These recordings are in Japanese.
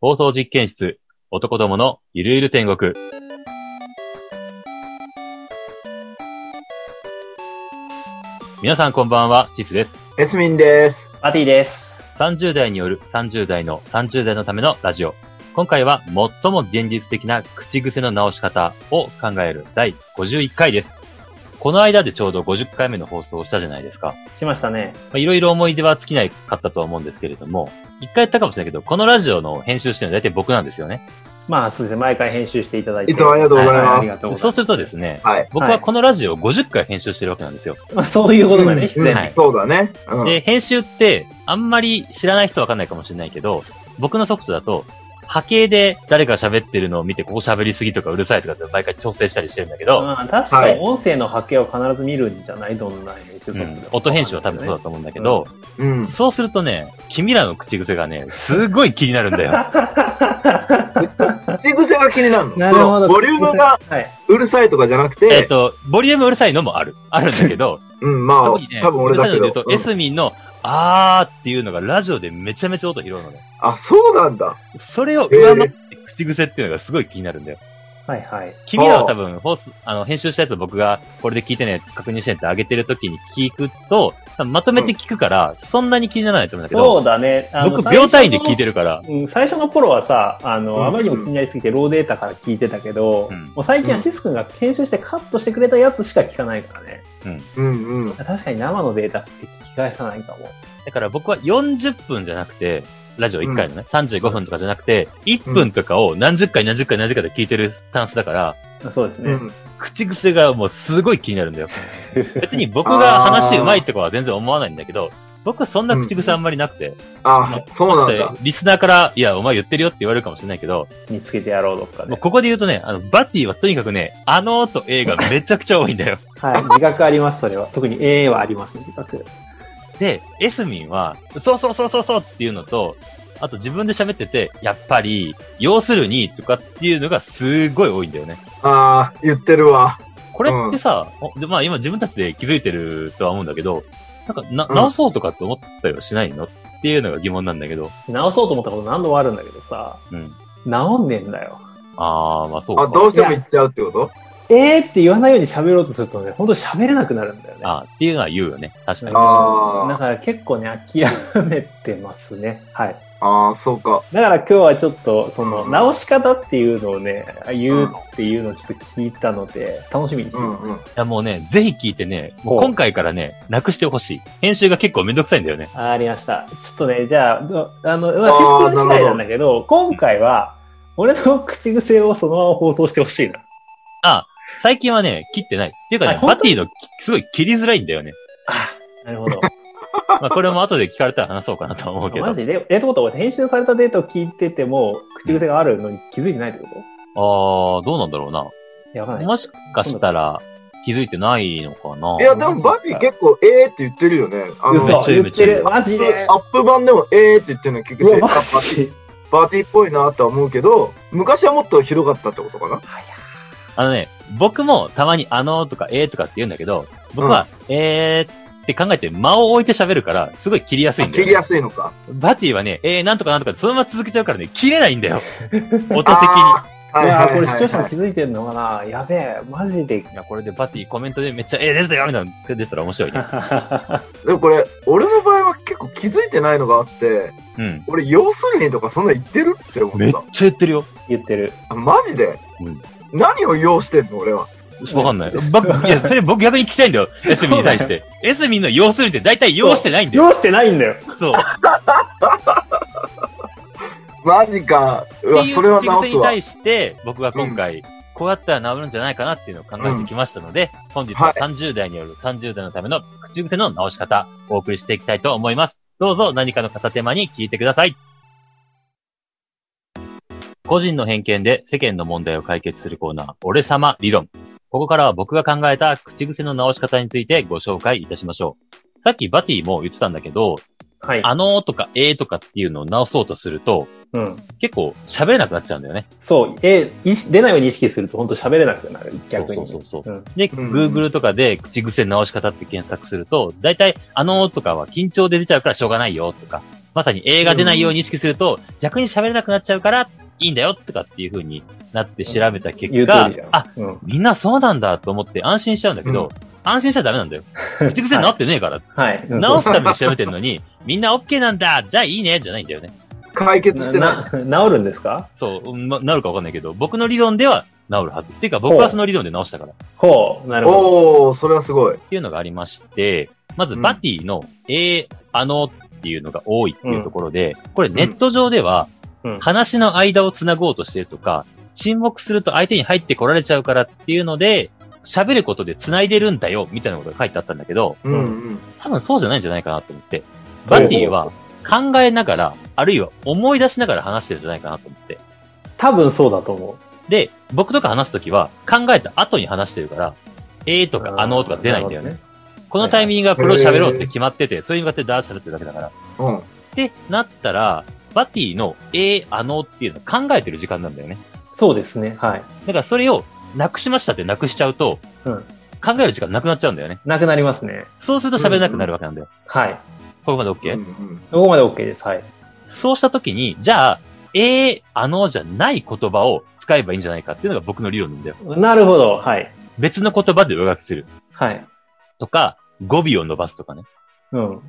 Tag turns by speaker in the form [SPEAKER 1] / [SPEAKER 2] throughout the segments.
[SPEAKER 1] 放送実験室、男どものゆるゆる天国。皆さんこんばんは、シスです。
[SPEAKER 2] エスミンです。
[SPEAKER 3] マティです。
[SPEAKER 1] 30代による30代の30代のためのラジオ。今回は最も現実的な口癖の直し方を考える第51回です。この間でちょうど50回目の放送をしたじゃないですか。
[SPEAKER 3] しましたね。
[SPEAKER 1] まあいろいろ思い出は尽きないかったとは思うんですけれども、一回言ったかもしれないけど、このラジオの編集してるのは大体僕なんですよね。
[SPEAKER 3] まあそうですね、毎回編集していただいて。
[SPEAKER 2] いつもありがとうございます
[SPEAKER 3] はありがとうござ
[SPEAKER 1] そ
[SPEAKER 3] いうます
[SPEAKER 1] るとですね、
[SPEAKER 2] はい。
[SPEAKER 1] 僕はこのラジオを50回編集してるわけなんですよ。
[SPEAKER 3] まあそういうことがね、必
[SPEAKER 2] うん
[SPEAKER 3] 然。
[SPEAKER 1] はい
[SPEAKER 2] そうだね。うん
[SPEAKER 1] で、編集って、あんまり知らない人はわかんないかもしれないけど、僕のソフトだと、波形で誰か喋ってるのを見て、ここ喋りすぎとかうるさいとかって毎回調整したりしてるんだけど、
[SPEAKER 3] まあ確か
[SPEAKER 2] はい
[SPEAKER 3] に音声の波形を必ず見るんじゃないどんな編集ソ
[SPEAKER 1] う
[SPEAKER 3] フトで
[SPEAKER 1] ん
[SPEAKER 3] も
[SPEAKER 1] 音編集は多分そうだと思うんだけど、
[SPEAKER 2] うん。
[SPEAKER 1] そうするとね、君らの口癖がね、すごい気になるんだ よ。
[SPEAKER 2] 口癖が気になるの。
[SPEAKER 3] なるほ
[SPEAKER 2] そ
[SPEAKER 3] ど。
[SPEAKER 2] のボリュームが
[SPEAKER 3] はい。
[SPEAKER 2] うるさいとかじゃなく、
[SPEAKER 1] えってと、ボリュームうるさいのもある。あるんだけど、
[SPEAKER 2] うん、 まあ、
[SPEAKER 1] 特にね、
[SPEAKER 2] 多分
[SPEAKER 1] うる
[SPEAKER 2] 俺
[SPEAKER 1] さい
[SPEAKER 2] だ
[SPEAKER 1] ので言
[SPEAKER 2] け
[SPEAKER 1] う
[SPEAKER 2] ど
[SPEAKER 1] と、。
[SPEAKER 2] うん
[SPEAKER 1] エスミンの、あーっていうのがラジオでめちゃめちゃ音拾うのね。
[SPEAKER 2] あ、そうなんだ。
[SPEAKER 1] それを上回って口癖っていうのがすごい気になるんだよ。
[SPEAKER 3] はいはい。
[SPEAKER 1] 君らは多分、放送あの、編集したやつを僕が、これで聞いてね、確認してねってあげてる時に聞くと、多分まとめて聞くから、そんなに気にならないと思うんだけ
[SPEAKER 3] そ
[SPEAKER 1] ど、
[SPEAKER 3] うだね。
[SPEAKER 1] 僕、秒単位で聞いて
[SPEAKER 3] る。
[SPEAKER 1] るから、
[SPEAKER 3] うん最初の頃はさ、あ
[SPEAKER 2] うん
[SPEAKER 3] の、あまりにも気になりすぎて、ローデータから聞いてたけど、
[SPEAKER 1] うん
[SPEAKER 3] もう最近はシス君が編集してカットしてくれたやつしか聞かないからね。
[SPEAKER 2] うんうん。
[SPEAKER 3] 確かに生のデータって聞き返さないかも。
[SPEAKER 1] だから僕は40分じゃなくて、ラジオ1回のね、35分とかじゃなくて、1分とかを何十回何十回何十回で聞いてるスタンスだから、
[SPEAKER 3] そうです
[SPEAKER 2] う
[SPEAKER 3] ね。
[SPEAKER 2] ん。
[SPEAKER 1] 口癖がもうすごい気になるんだよ。別に僕が話うまいとかは全然思わないんだけど、僕はそんな口癖あんまりなくて、
[SPEAKER 2] あ、そうなんだ
[SPEAKER 1] もし。リスナーから、いや、お前言ってるよって言われるかもしれないけど、
[SPEAKER 3] 見つけてやろうどっかで
[SPEAKER 1] もう。ここで言うとね、あの、バティはとにかくね、あのーと A がめちゃくちゃ多いんだよ。
[SPEAKER 3] はい、自覚あります、それは。特に A はあります、自覚。
[SPEAKER 1] で、エスミンは、そうそうそうそうそうっていうのと、あと自分で喋ってて、やっぱり、要するにとかっていうのがすごい多いんだよね。
[SPEAKER 2] あー、言ってるわ。
[SPEAKER 1] これってさ、おでまあ今自分たちで気づいてるとは思うんだけど、なんかな、
[SPEAKER 2] うん
[SPEAKER 1] 直そうとかって思ったりはしないのっていうのが疑問なんだけど。
[SPEAKER 3] 直そうと思ったこと何度もあるんだけどさ、
[SPEAKER 1] うん。
[SPEAKER 3] 直んねえんだよ。
[SPEAKER 1] あー、まあそう
[SPEAKER 2] あ、
[SPEAKER 1] か。
[SPEAKER 2] どうしても言っちゃうってこと
[SPEAKER 3] えーって言わないように喋ろうとするとね、ほんと喋れなくなるんだよね。
[SPEAKER 1] あーっていうのは言うよね。確かに。
[SPEAKER 2] あー
[SPEAKER 3] だから結構ね、諦めてますね。はい。
[SPEAKER 2] あー、そうか。
[SPEAKER 3] だから今日はちょっと、その、
[SPEAKER 2] うん
[SPEAKER 3] 直し方っていうのをね、言うっていうのをちょっと聞いたので、楽しみにして
[SPEAKER 2] う
[SPEAKER 3] ます。
[SPEAKER 2] んうん。
[SPEAKER 1] いやもうね、ぜひ聞いてね、もう今回からね、なくしてほしい。編集が結構めんどくさいんだよね。
[SPEAKER 3] ありました。ちょっとね、じゃあ、どあの、まあ
[SPEAKER 2] あー
[SPEAKER 3] システム次第なんだけど、今回は、俺の口癖をそのまま放送してほしいな。
[SPEAKER 1] 最近はね、切ってない。っていうかね
[SPEAKER 3] あ、本
[SPEAKER 1] バ
[SPEAKER 3] 当
[SPEAKER 1] ティのきすごい切りづらいんだよね。
[SPEAKER 3] あなる ほど。
[SPEAKER 1] まあこれも後で聞かれたら話そうかなとは思うけど。
[SPEAKER 3] マジで、え、ってことは編集されたデータを聞いてても、口癖があるのに気づいてないってことい
[SPEAKER 1] あー、どうなんだろうな。
[SPEAKER 3] や、わかんない。
[SPEAKER 1] もしかしたら、気づいてないのかない
[SPEAKER 2] や、でもバビー結構、えーって言ってるよね。あの、
[SPEAKER 3] 嘘
[SPEAKER 1] ちゃいい
[SPEAKER 3] 言って
[SPEAKER 1] めっちゃいい
[SPEAKER 3] る。マジで
[SPEAKER 2] アップ版でも、えーって言ってるの結
[SPEAKER 3] う
[SPEAKER 2] 局、
[SPEAKER 3] わ、
[SPEAKER 2] バ
[SPEAKER 3] マ
[SPEAKER 2] ーテ
[SPEAKER 3] ジ
[SPEAKER 2] ィーっぽいなとは思うけど、昔はもっと広かったってことかな
[SPEAKER 1] あのね、僕もたまにあのーとかえーとかって言うんだけど、僕は、えーって考えて間を置いて喋るから、すごい切りやすいんだ
[SPEAKER 2] 切
[SPEAKER 1] よ、
[SPEAKER 2] り
[SPEAKER 1] ね
[SPEAKER 2] や。すいのか。
[SPEAKER 1] バティはね、えーなんとかなんとかってそのまま続けちゃうからね、切れないんだよ。音的に。
[SPEAKER 2] あー。
[SPEAKER 3] う
[SPEAKER 2] はいはいは
[SPEAKER 3] わ、
[SPEAKER 2] い
[SPEAKER 3] こ
[SPEAKER 2] はい
[SPEAKER 3] れ視聴者も気づいてんのかなやべえ、マ ジで。
[SPEAKER 1] いや、これでバティコメントでめっちゃ、えーですよみたいなの出てたら面白いね。
[SPEAKER 2] でもこれ、俺の場合は結構気づいてないのがあって、
[SPEAKER 1] うん。
[SPEAKER 2] 俺、要するにとかそんな言ってるって思
[SPEAKER 1] め
[SPEAKER 2] っ。
[SPEAKER 1] ったちゃ言ってるよ。
[SPEAKER 3] 言ってる。
[SPEAKER 2] あマジで、
[SPEAKER 1] うん
[SPEAKER 2] 何を要してんの俺は。
[SPEAKER 1] わかんない。ばい や、それ僕逆に聞きたいんだよ。エスミンに対して。エスミンの要するにって大体要してないんだよ。
[SPEAKER 3] 用してないんだよ。
[SPEAKER 1] そう。
[SPEAKER 2] マジか。う
[SPEAKER 1] っ
[SPEAKER 2] わ、
[SPEAKER 1] ていう
[SPEAKER 2] それは
[SPEAKER 1] 口
[SPEAKER 2] 直
[SPEAKER 1] 癖
[SPEAKER 2] す
[SPEAKER 1] に
[SPEAKER 2] わ。
[SPEAKER 1] 対して、僕は今回、こうやったら治るんじゃないかなっていうのを考えてきましたので、本日は30代による30代のための口癖の直し方、お送りしていきたいと思います。どうぞ何かの片手間に聞いてください。個人の偏見で世間の問題を解決するコーナー、俺様理論。ここからは僕が考えた口癖の直し方についてご紹介いたしましょう。さっきバティも言ってたんだけど、
[SPEAKER 3] はい。
[SPEAKER 1] あのーとかえーとかっていうのを直そうとすると、
[SPEAKER 3] うん。
[SPEAKER 1] 結構喋れなくなっちゃうんだよね。
[SPEAKER 3] そう、え、いし出ないように意識すると本当喋れなくなる。逆に。
[SPEAKER 1] そうそうそう
[SPEAKER 3] うん
[SPEAKER 1] で、
[SPEAKER 2] うん
[SPEAKER 1] Google とかで口癖直し方って検索すると、だいたいあのーとかは緊張で出ちゃうからしょうがないよとか、まさに映画出ないように意識すると、逆に喋れなくなっちゃうから、いいんだよ、とかっていう風になって調べた結
[SPEAKER 3] 言う通
[SPEAKER 1] 果
[SPEAKER 3] りじゃん。、
[SPEAKER 1] あ、、
[SPEAKER 3] うん。
[SPEAKER 1] みんなそうなんだと思って安心しちゃうんだけど、安心しちゃダメなんだよ。口癖になってねえから。
[SPEAKER 3] はい。うん
[SPEAKER 1] 直すために調べてるのに、みんな OK なんだじゃあいいねじゃないんだよね。
[SPEAKER 2] 解決してない。
[SPEAKER 3] なな治るんですか
[SPEAKER 1] そう、うんまなるかわかんないけど、僕の理論では治るはず。っていうか僕
[SPEAKER 3] ほ
[SPEAKER 1] は
[SPEAKER 3] う
[SPEAKER 1] その理論で直したから。っ
[SPEAKER 3] ほう、なるほど。
[SPEAKER 2] おおそれはすごい。
[SPEAKER 1] ていうのがありまして、まず
[SPEAKER 2] うん
[SPEAKER 1] バティの、えー、あのっていうのが多いっていうところで、これネット上では、
[SPEAKER 3] うん
[SPEAKER 1] 話の間をつなごうとしてるとか、沈黙すると相手に入ってこられちゃうからっていうので、喋ることで繋いでるんだよ、みたいなことが書いてあったんだけど、
[SPEAKER 2] うんうん。
[SPEAKER 1] 多分そうじゃないんじゃないかなと思って。バティは考えながら、あるいは思い出しながら話してるんじゃないかなと思って。
[SPEAKER 3] 多分そうだと思う。
[SPEAKER 1] で、僕とか話すときは考えた後に話してるから、えーとかあのーとか出ないんだよね。
[SPEAKER 3] る
[SPEAKER 1] このタイミングがこれを喋ろうって決まってて、それに向かってダーッと喋ってるだけだから。っ
[SPEAKER 2] うん。
[SPEAKER 1] てなったら、バティのえー、あのーっていうのを考えてる時間なんだよね。
[SPEAKER 3] ほどね。そうですね。はい。
[SPEAKER 1] だからそれをなくしましたってなくしちゃうと、
[SPEAKER 3] うん
[SPEAKER 1] 考える時間なくなっちゃうんだよね。
[SPEAKER 3] なくなりますね。
[SPEAKER 1] そうすると喋れなくなるわけなんだよ。
[SPEAKER 3] はい。
[SPEAKER 1] ここまで OK?、
[SPEAKER 2] うんうん
[SPEAKER 3] ここまで OK です。はい。
[SPEAKER 1] そうしたときに、じゃあ、ええあのじゃない言葉を使えばいいんじゃないかっていうのが僕の理論なんだよ。
[SPEAKER 3] なるほど。はい。
[SPEAKER 1] 別の言葉で上書きする
[SPEAKER 3] はい。
[SPEAKER 1] とか、語尾を伸ばすとかね。
[SPEAKER 3] うん。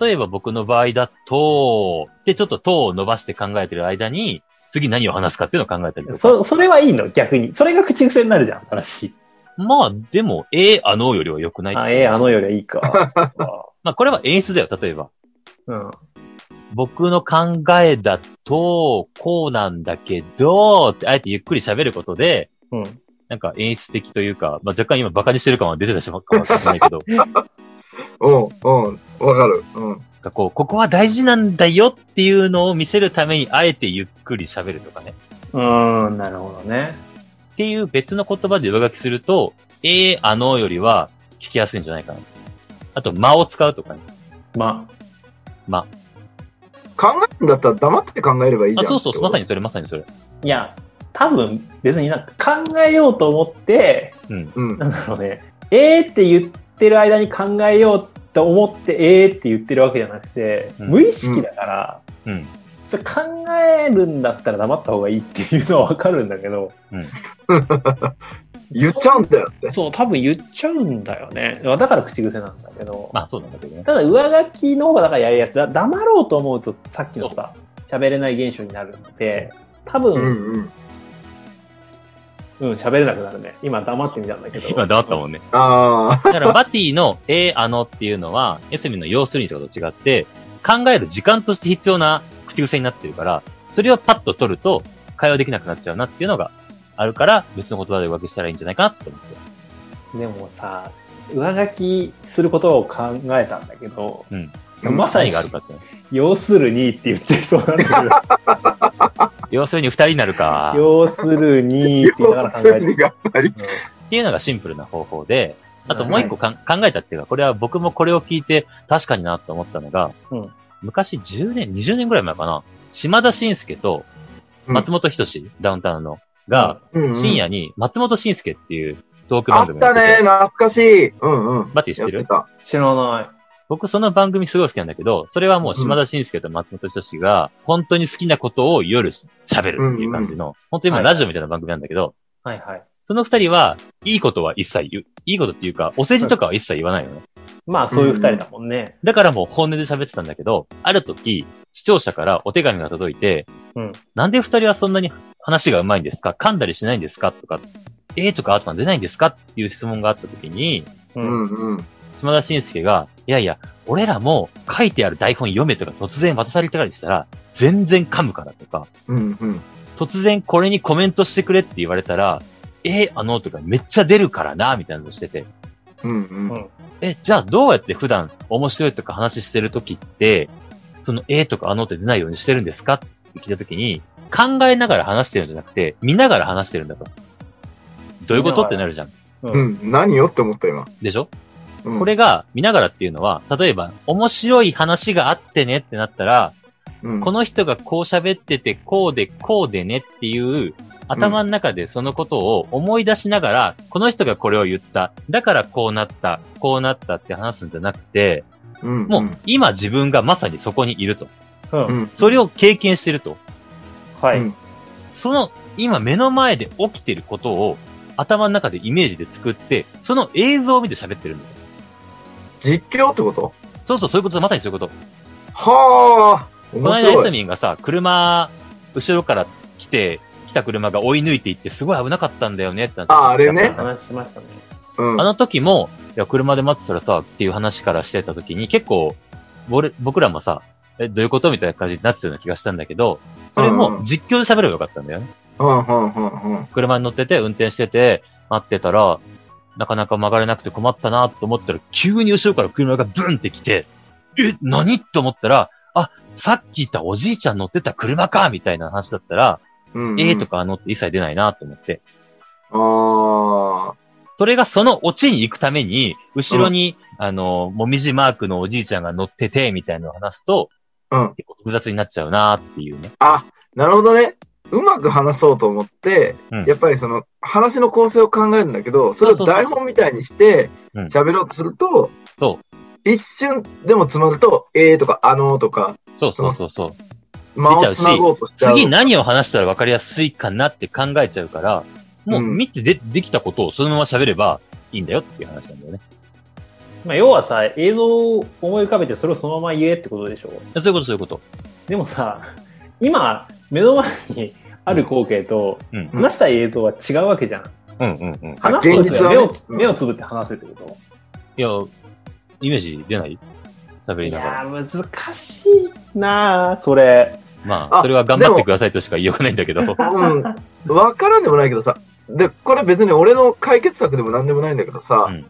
[SPEAKER 1] 例えば僕の場合だと、で、ちょっととを伸ばして考えてる間に、次何を話すかっていうのを考えたりとか。
[SPEAKER 3] そ、それはいいの逆に。それが口癖になるじゃん、話。
[SPEAKER 1] まあ、でも、ええあのよりは良くない。
[SPEAKER 3] あ、ええあのよりはいいか。 そっか
[SPEAKER 1] まあ、これは演出だよ、例えば。
[SPEAKER 3] うん。
[SPEAKER 1] 僕の考えだと、こうなんだけど、ってあえてゆっくり喋ることで、
[SPEAKER 3] うん。
[SPEAKER 1] なんか演出的というか、まあ、若干今バカにしてる感は出てたしまかもしれないけど、
[SPEAKER 2] うん。うん。わかる。うん。
[SPEAKER 1] なんかこう、ここは大事なんだよっていうのを見せるために、あえてゆっくり喋るとかね。
[SPEAKER 3] うーん、なるほどね。
[SPEAKER 1] っていう別の言葉で上書きすると、ええあのよりは聞きやすいんじゃないかな。あと、間を使うとかね。
[SPEAKER 3] ま、
[SPEAKER 2] 考えるんだったら黙って考えればいいじ
[SPEAKER 1] あ、
[SPEAKER 2] ゃん。
[SPEAKER 1] そうそう、まさ
[SPEAKER 2] に。
[SPEAKER 1] にそれ、まさにそれ。
[SPEAKER 3] いや、多分別になんか考えようと思って、
[SPEAKER 1] うん。
[SPEAKER 2] うん。
[SPEAKER 3] なんだろうね、えーって言ってる間に考えようと思って、えーって言ってるわけじゃなくて、
[SPEAKER 1] うん
[SPEAKER 3] 無意識だから、
[SPEAKER 1] うん。
[SPEAKER 3] それ考えるんだったら黙った方がいいっていうのはわかるんだけど、
[SPEAKER 2] 言っちゃうんだよって。
[SPEAKER 3] そう、多分言っちゃうんだよね。だから口癖なんだけど、
[SPEAKER 1] まあ、そうなんだけどね。
[SPEAKER 3] ただ上書きの方がだからやりやすい。だ黙ろうと思うとさっきのさ、喋れない現象になるので、多
[SPEAKER 2] う
[SPEAKER 3] 分、
[SPEAKER 2] んうん。
[SPEAKER 3] うん、喋れなくなるね。今黙ってみたんだけど。
[SPEAKER 1] 今、黙ったもんね。
[SPEAKER 2] ああ。
[SPEAKER 1] だから、バティの、ええあのっていうのは、エスミンの要するにってことと違って、考える時間として必要な口癖になってるから、それをパッと取ると、会話できなくなっちゃうなっていうのがあるから、別の言葉で上書きしたらいいんじゃないかなって思って。
[SPEAKER 3] でもさ、上書きすることを考えたんだけど、
[SPEAKER 1] うん
[SPEAKER 3] まさ
[SPEAKER 1] 何
[SPEAKER 3] に
[SPEAKER 1] があ、るかっていうの。
[SPEAKER 3] 要するにって言ってそうなんだ
[SPEAKER 1] 要するに二人になるか
[SPEAKER 3] けど、。要するにって言いなが ら考え
[SPEAKER 2] 要するに
[SPEAKER 3] て
[SPEAKER 2] が
[SPEAKER 3] た。
[SPEAKER 2] っぱり。
[SPEAKER 1] っていうのがシンプルな方法で、あともう一個かん考えたっていうか、これは僕もこれを聞いて確かになと思ったのが、
[SPEAKER 3] うん
[SPEAKER 1] 昔10年、20年ぐらい前かな、島田紳介と松本人志、ダウンタウンの、が、
[SPEAKER 2] うんうん
[SPEAKER 1] 深夜に松本紳介っていうトーク番
[SPEAKER 2] あっ
[SPEAKER 1] 組
[SPEAKER 2] た
[SPEAKER 1] て
[SPEAKER 2] ね、
[SPEAKER 1] て
[SPEAKER 2] 懐かしい。うんうん。
[SPEAKER 1] バティ知って
[SPEAKER 2] や
[SPEAKER 1] る
[SPEAKER 2] てた。
[SPEAKER 3] 知らない。
[SPEAKER 1] 僕その番組すごい好きなんだけど、それはもう島田紳介と松本人志が、本当に好きなことを夜喋るっていう感じの、本当に今ラジオみたいな番組なんだけど、
[SPEAKER 3] はいはい。
[SPEAKER 1] その二人は、いいことは一切言う。いいことっていうか、お世辞とかは一切言わないよね。
[SPEAKER 3] まあそういう二人だもんね。
[SPEAKER 1] だからもう本音で喋ってたんだけど、ある時、視聴者からお手紙が届いて、
[SPEAKER 3] うん
[SPEAKER 1] なんで二人はそんなに話が上手いんですか噛んだりしないんですかとか、えーとかあとか出ないんですかっていう質問があった時に、
[SPEAKER 3] う。
[SPEAKER 2] うんんうん。
[SPEAKER 1] 島田紳介が、いやいや、俺らも書いてある台本読めとか突然渡されたりしたら、全然噛むからとか、
[SPEAKER 2] うんうん。
[SPEAKER 1] 突然これにコメントしてくれって言われたら、えーあのとかめっちゃ出るからな、みたいなのしてて、
[SPEAKER 2] うん
[SPEAKER 3] う
[SPEAKER 2] うん。
[SPEAKER 3] ん
[SPEAKER 1] え、じゃあどうやって普段面白いとか話してるときって、そのえとかあのって出ないようにしてるんですかって聞いたときに、考えながら話してるんじゃなくて、見ながら話してるんだと。どういうことってなるじゃん。
[SPEAKER 3] う。
[SPEAKER 2] うんん。何よって思った今。
[SPEAKER 1] でしょ、
[SPEAKER 2] うん
[SPEAKER 1] こ、れが見ながらっていうのは、例えば面白い話があってねってなったら、
[SPEAKER 2] うん
[SPEAKER 1] この人がこう喋ってて、こうで、こうでねっていう、頭の中でそのことを思い出しながら、この人がこれを言った。だからこうなった、こうなったって話すんじゃなくて、
[SPEAKER 2] うん
[SPEAKER 1] もう今自分がまさにそこにいると。
[SPEAKER 3] ううん。
[SPEAKER 2] うん。
[SPEAKER 1] それを経験してると。
[SPEAKER 3] はい。
[SPEAKER 2] うん
[SPEAKER 1] その、今目の前で起きてることを、頭の中でイメージで作って、その映像を見て喋ってるんだよ。
[SPEAKER 2] 実況ってこと
[SPEAKER 1] そうそう、そういうこと、まさにそういうこと。
[SPEAKER 2] はあ
[SPEAKER 1] この
[SPEAKER 2] 面
[SPEAKER 1] 間、エ
[SPEAKER 2] 白
[SPEAKER 1] ス
[SPEAKER 2] い。
[SPEAKER 1] ミンがさ、車、後ろから来て、来た車が追い抜いていって、すごい危なかったんだよねってなって
[SPEAKER 2] ああれね
[SPEAKER 3] 話しましたね。
[SPEAKER 2] うん。
[SPEAKER 1] あの時も、いや、車で待ってたらさ、っていう話からしてた時に、結構、俺僕らもさ、え、どういうことみたいな感じになってたような気がしたんだけど、それ
[SPEAKER 2] うんう
[SPEAKER 1] も
[SPEAKER 2] ん
[SPEAKER 1] 実況で喋ればよかったんだよね。
[SPEAKER 2] うん、うん、うん、うん。
[SPEAKER 1] 車に乗ってて、運転してて、待ってたら、なかなか曲がれなくて困ったなと思ったら、急に後ろから車がブンって来て、え、何と思ったら、あ、さっき言ったおじいちゃん乗ってた車かみたいな話だったら、
[SPEAKER 2] うんうん
[SPEAKER 1] えーと。かあのって一切出ないなと思って。
[SPEAKER 2] あ
[SPEAKER 1] それがそのオチに行くために、後ろに、あの、もみじマークのおじいちゃんが乗ってて、みたいなのを話すと、
[SPEAKER 2] あ。うん。
[SPEAKER 1] 結構複雑になっちゃうなっていうね。
[SPEAKER 2] あ、なるほどね。うまく話そうと思って、
[SPEAKER 1] うん
[SPEAKER 2] やっぱりその話の構成を考えるんだけど、それを
[SPEAKER 1] そうそうそう
[SPEAKER 2] 台本みたいにして
[SPEAKER 1] うん
[SPEAKER 2] 喋ろうとすると、
[SPEAKER 1] そ
[SPEAKER 2] 一瞬でも詰まると、えーとかあのーとか、
[SPEAKER 1] そうそうそうそう。
[SPEAKER 2] 間
[SPEAKER 1] 出ちゃう
[SPEAKER 2] を
[SPEAKER 1] し
[SPEAKER 2] 繋ごうとしちゃう。
[SPEAKER 1] 次何を話したら分かりやすいかなって考えちゃうから、もう
[SPEAKER 2] うん
[SPEAKER 1] 見てで、できたことをそのまま喋ればいいんだよっていう話なんだよね。
[SPEAKER 3] まあ、要はさ、映像を思い浮かべてそれをそのまま言えってことでしょ
[SPEAKER 1] そういうことそういうこと。
[SPEAKER 3] でもさ、今、目の前にある光景と、
[SPEAKER 1] うん。
[SPEAKER 3] 話したい映像は違うわけじゃん。
[SPEAKER 1] うんうんうん。い
[SPEAKER 3] 話すことで
[SPEAKER 2] 現
[SPEAKER 3] すよ、
[SPEAKER 2] 実はね
[SPEAKER 3] 目をつ
[SPEAKER 2] うん
[SPEAKER 3] 目をつぶって話せってこと、
[SPEAKER 1] や、イメージ出ない喋り
[SPEAKER 3] い
[SPEAKER 1] ながら。
[SPEAKER 3] やー、難しいなあそれ。
[SPEAKER 1] まあ、
[SPEAKER 2] あ
[SPEAKER 1] それは頑張ってくださいとしか言いようがないんだけど。
[SPEAKER 2] うん。わからんでもないけどさ、で、これ別に俺の解決策でも何でもないんだけどさ、
[SPEAKER 1] うん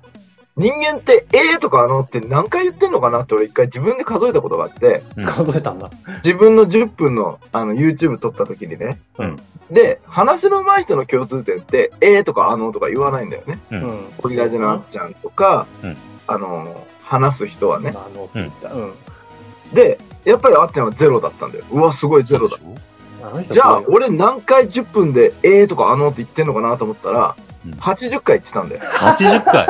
[SPEAKER 2] 人間ってえーとかあのーって何回言ってんのかなって俺一回自分で数えたことがあって、
[SPEAKER 1] うん
[SPEAKER 3] 数えたんだ。
[SPEAKER 2] 自分の10分のあの YouTube 撮った時にね、
[SPEAKER 1] うん
[SPEAKER 2] で話の上手い人の共通点って「えー」とか「あの」とか言わないんだよね
[SPEAKER 1] うん
[SPEAKER 3] ん。
[SPEAKER 2] オリラジのあっちゃんとか、
[SPEAKER 1] うん
[SPEAKER 2] あの話す人はね
[SPEAKER 3] あの、うん。
[SPEAKER 2] でやっぱりあっちゃんはゼロだったんだようわすごいゼロだ
[SPEAKER 1] そうでし
[SPEAKER 3] あの人
[SPEAKER 2] じゃあ俺何回10分で「えー」とか「あの」って言ってんのかなと思ったら、
[SPEAKER 1] うん
[SPEAKER 2] 80回言ってたんだよ
[SPEAKER 1] ょ ?80 回。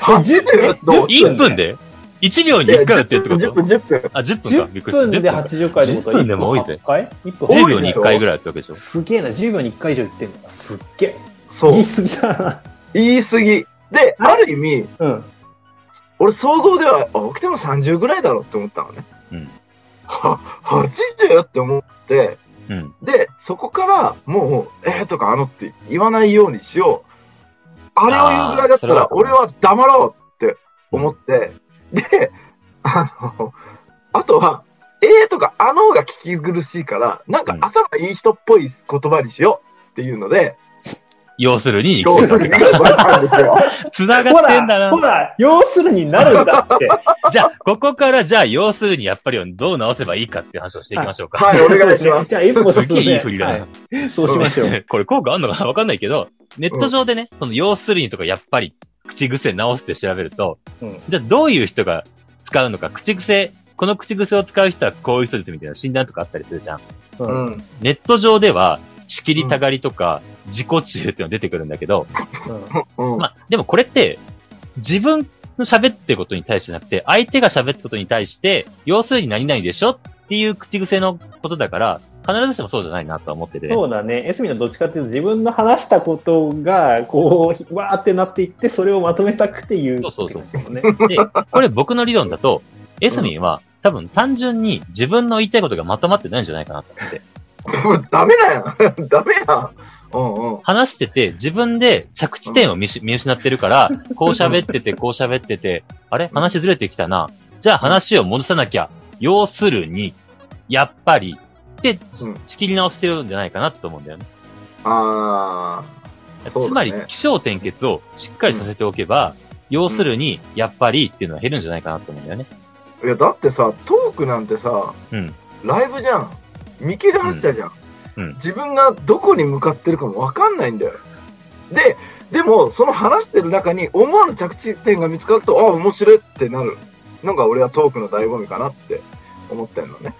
[SPEAKER 2] 80
[SPEAKER 3] どう
[SPEAKER 1] 1分で ?1 秒に1回やってるってこ
[SPEAKER 2] 10
[SPEAKER 1] と
[SPEAKER 2] 分10分
[SPEAKER 1] あ、10分か。びっくり
[SPEAKER 3] 10
[SPEAKER 1] した。
[SPEAKER 3] 分で
[SPEAKER 1] 10
[SPEAKER 3] 80回ってことは
[SPEAKER 1] 10分でも多いぜ
[SPEAKER 3] 1回 ?1 分
[SPEAKER 1] 10
[SPEAKER 2] 多
[SPEAKER 1] 秒に
[SPEAKER 2] いでし
[SPEAKER 1] 1
[SPEAKER 2] ょ
[SPEAKER 1] 回ぐらいやってるわけでしょ。
[SPEAKER 3] すげえな、10秒に1回以上言ってんの。すっげえ。
[SPEAKER 2] そ
[SPEAKER 3] 言
[SPEAKER 2] う
[SPEAKER 3] い過ぎだな。
[SPEAKER 2] 言い過ぎである意味
[SPEAKER 3] うん。
[SPEAKER 2] 俺想像ではあ起きても30ぐらいだろうって思ったのね、
[SPEAKER 1] うん
[SPEAKER 2] は80って思って
[SPEAKER 1] うん。
[SPEAKER 2] で、そこから、もう、えーとかあのって言わないようにしよう。あれを言うぐらいだった
[SPEAKER 1] あー
[SPEAKER 2] ら、
[SPEAKER 1] それ
[SPEAKER 2] 俺
[SPEAKER 1] は
[SPEAKER 2] は黙ろうって思って、で、あの、あとは、えーとかあのが聞き苦しいから、なんか
[SPEAKER 1] うん
[SPEAKER 2] 頭いい人っぽい言葉にしようっていうので、
[SPEAKER 1] 要するに、
[SPEAKER 2] 要するに、これな んですよ。
[SPEAKER 1] 繋
[SPEAKER 3] ほ
[SPEAKER 1] がってんだ
[SPEAKER 3] ら、ほ
[SPEAKER 1] な。
[SPEAKER 3] ら、要するになるんだって。
[SPEAKER 1] じゃあ、ここから、じゃあ、要するに、やっぱりどう直せばいいかっていう話をしていきましょうか。
[SPEAKER 2] はい、お願いします。
[SPEAKER 3] じゃあ、一歩進
[SPEAKER 1] す
[SPEAKER 3] ん
[SPEAKER 1] げえ
[SPEAKER 3] で。
[SPEAKER 1] いい振りだ
[SPEAKER 3] は
[SPEAKER 1] な。
[SPEAKER 3] いそうしま しょう。
[SPEAKER 1] これ効果あんのかなわかんないけど、ネット上でね、その要するにとかやっぱり口癖直すって調べると、
[SPEAKER 3] うん
[SPEAKER 1] じゃあどういう人が使うのか、口癖、この口癖を使う人はこういう人ですみたいな診断とかあったりするじゃん。
[SPEAKER 2] う
[SPEAKER 3] うん。
[SPEAKER 2] ん。
[SPEAKER 1] ネット上では、仕切りたがりとか、自己中っていうのが出てくるんだけど、
[SPEAKER 2] うん。
[SPEAKER 1] まあ、でもこれって、自分の喋ってることに対してじゃなくて、相手が喋ったことに対して、要するに何々でしょっていう口癖のことだから、必ずしもそうじゃないなとは思ってて。
[SPEAKER 3] そうだね。エスミのどっちかっていうと、自分の話したことが、こう、わーってなっていって、それをまとめたくて言う。
[SPEAKER 1] そうそうそう
[SPEAKER 3] そう。ね。
[SPEAKER 1] で、これ僕の理論だと、エスミンは、多分単純に自分の言いたいことがまとまってないんじゃないかなと思って。
[SPEAKER 2] ダメだよ。ダメやん。うんうん。
[SPEAKER 1] 話してて、自分で着地点を見し見失ってるから、こう喋ってて、こう喋ってて、あれ話ずれてきたな。じゃあ話を戻さなきゃ。要するに、やっぱり、って
[SPEAKER 2] うん、
[SPEAKER 1] 仕切り直してるんじゃないかなと思うんだよね。
[SPEAKER 2] あそうだね
[SPEAKER 1] つまり、気象点結をしっかりさせておけば、要するに、やっぱりっていうのは減るんじゃないかなと思うんだよね。
[SPEAKER 2] ー。いや、だってさ、トークなんてさ、
[SPEAKER 1] うん。
[SPEAKER 2] ライブじゃん。見切り発車じゃん。
[SPEAKER 1] うんうん
[SPEAKER 2] 自分がどこに向かってるかもわかんないんだよ。で、でも、その話してる中に思わぬ着地点が見つかると、あ、面白いってなるのが俺はトークの醍醐味かなって思ってんのね。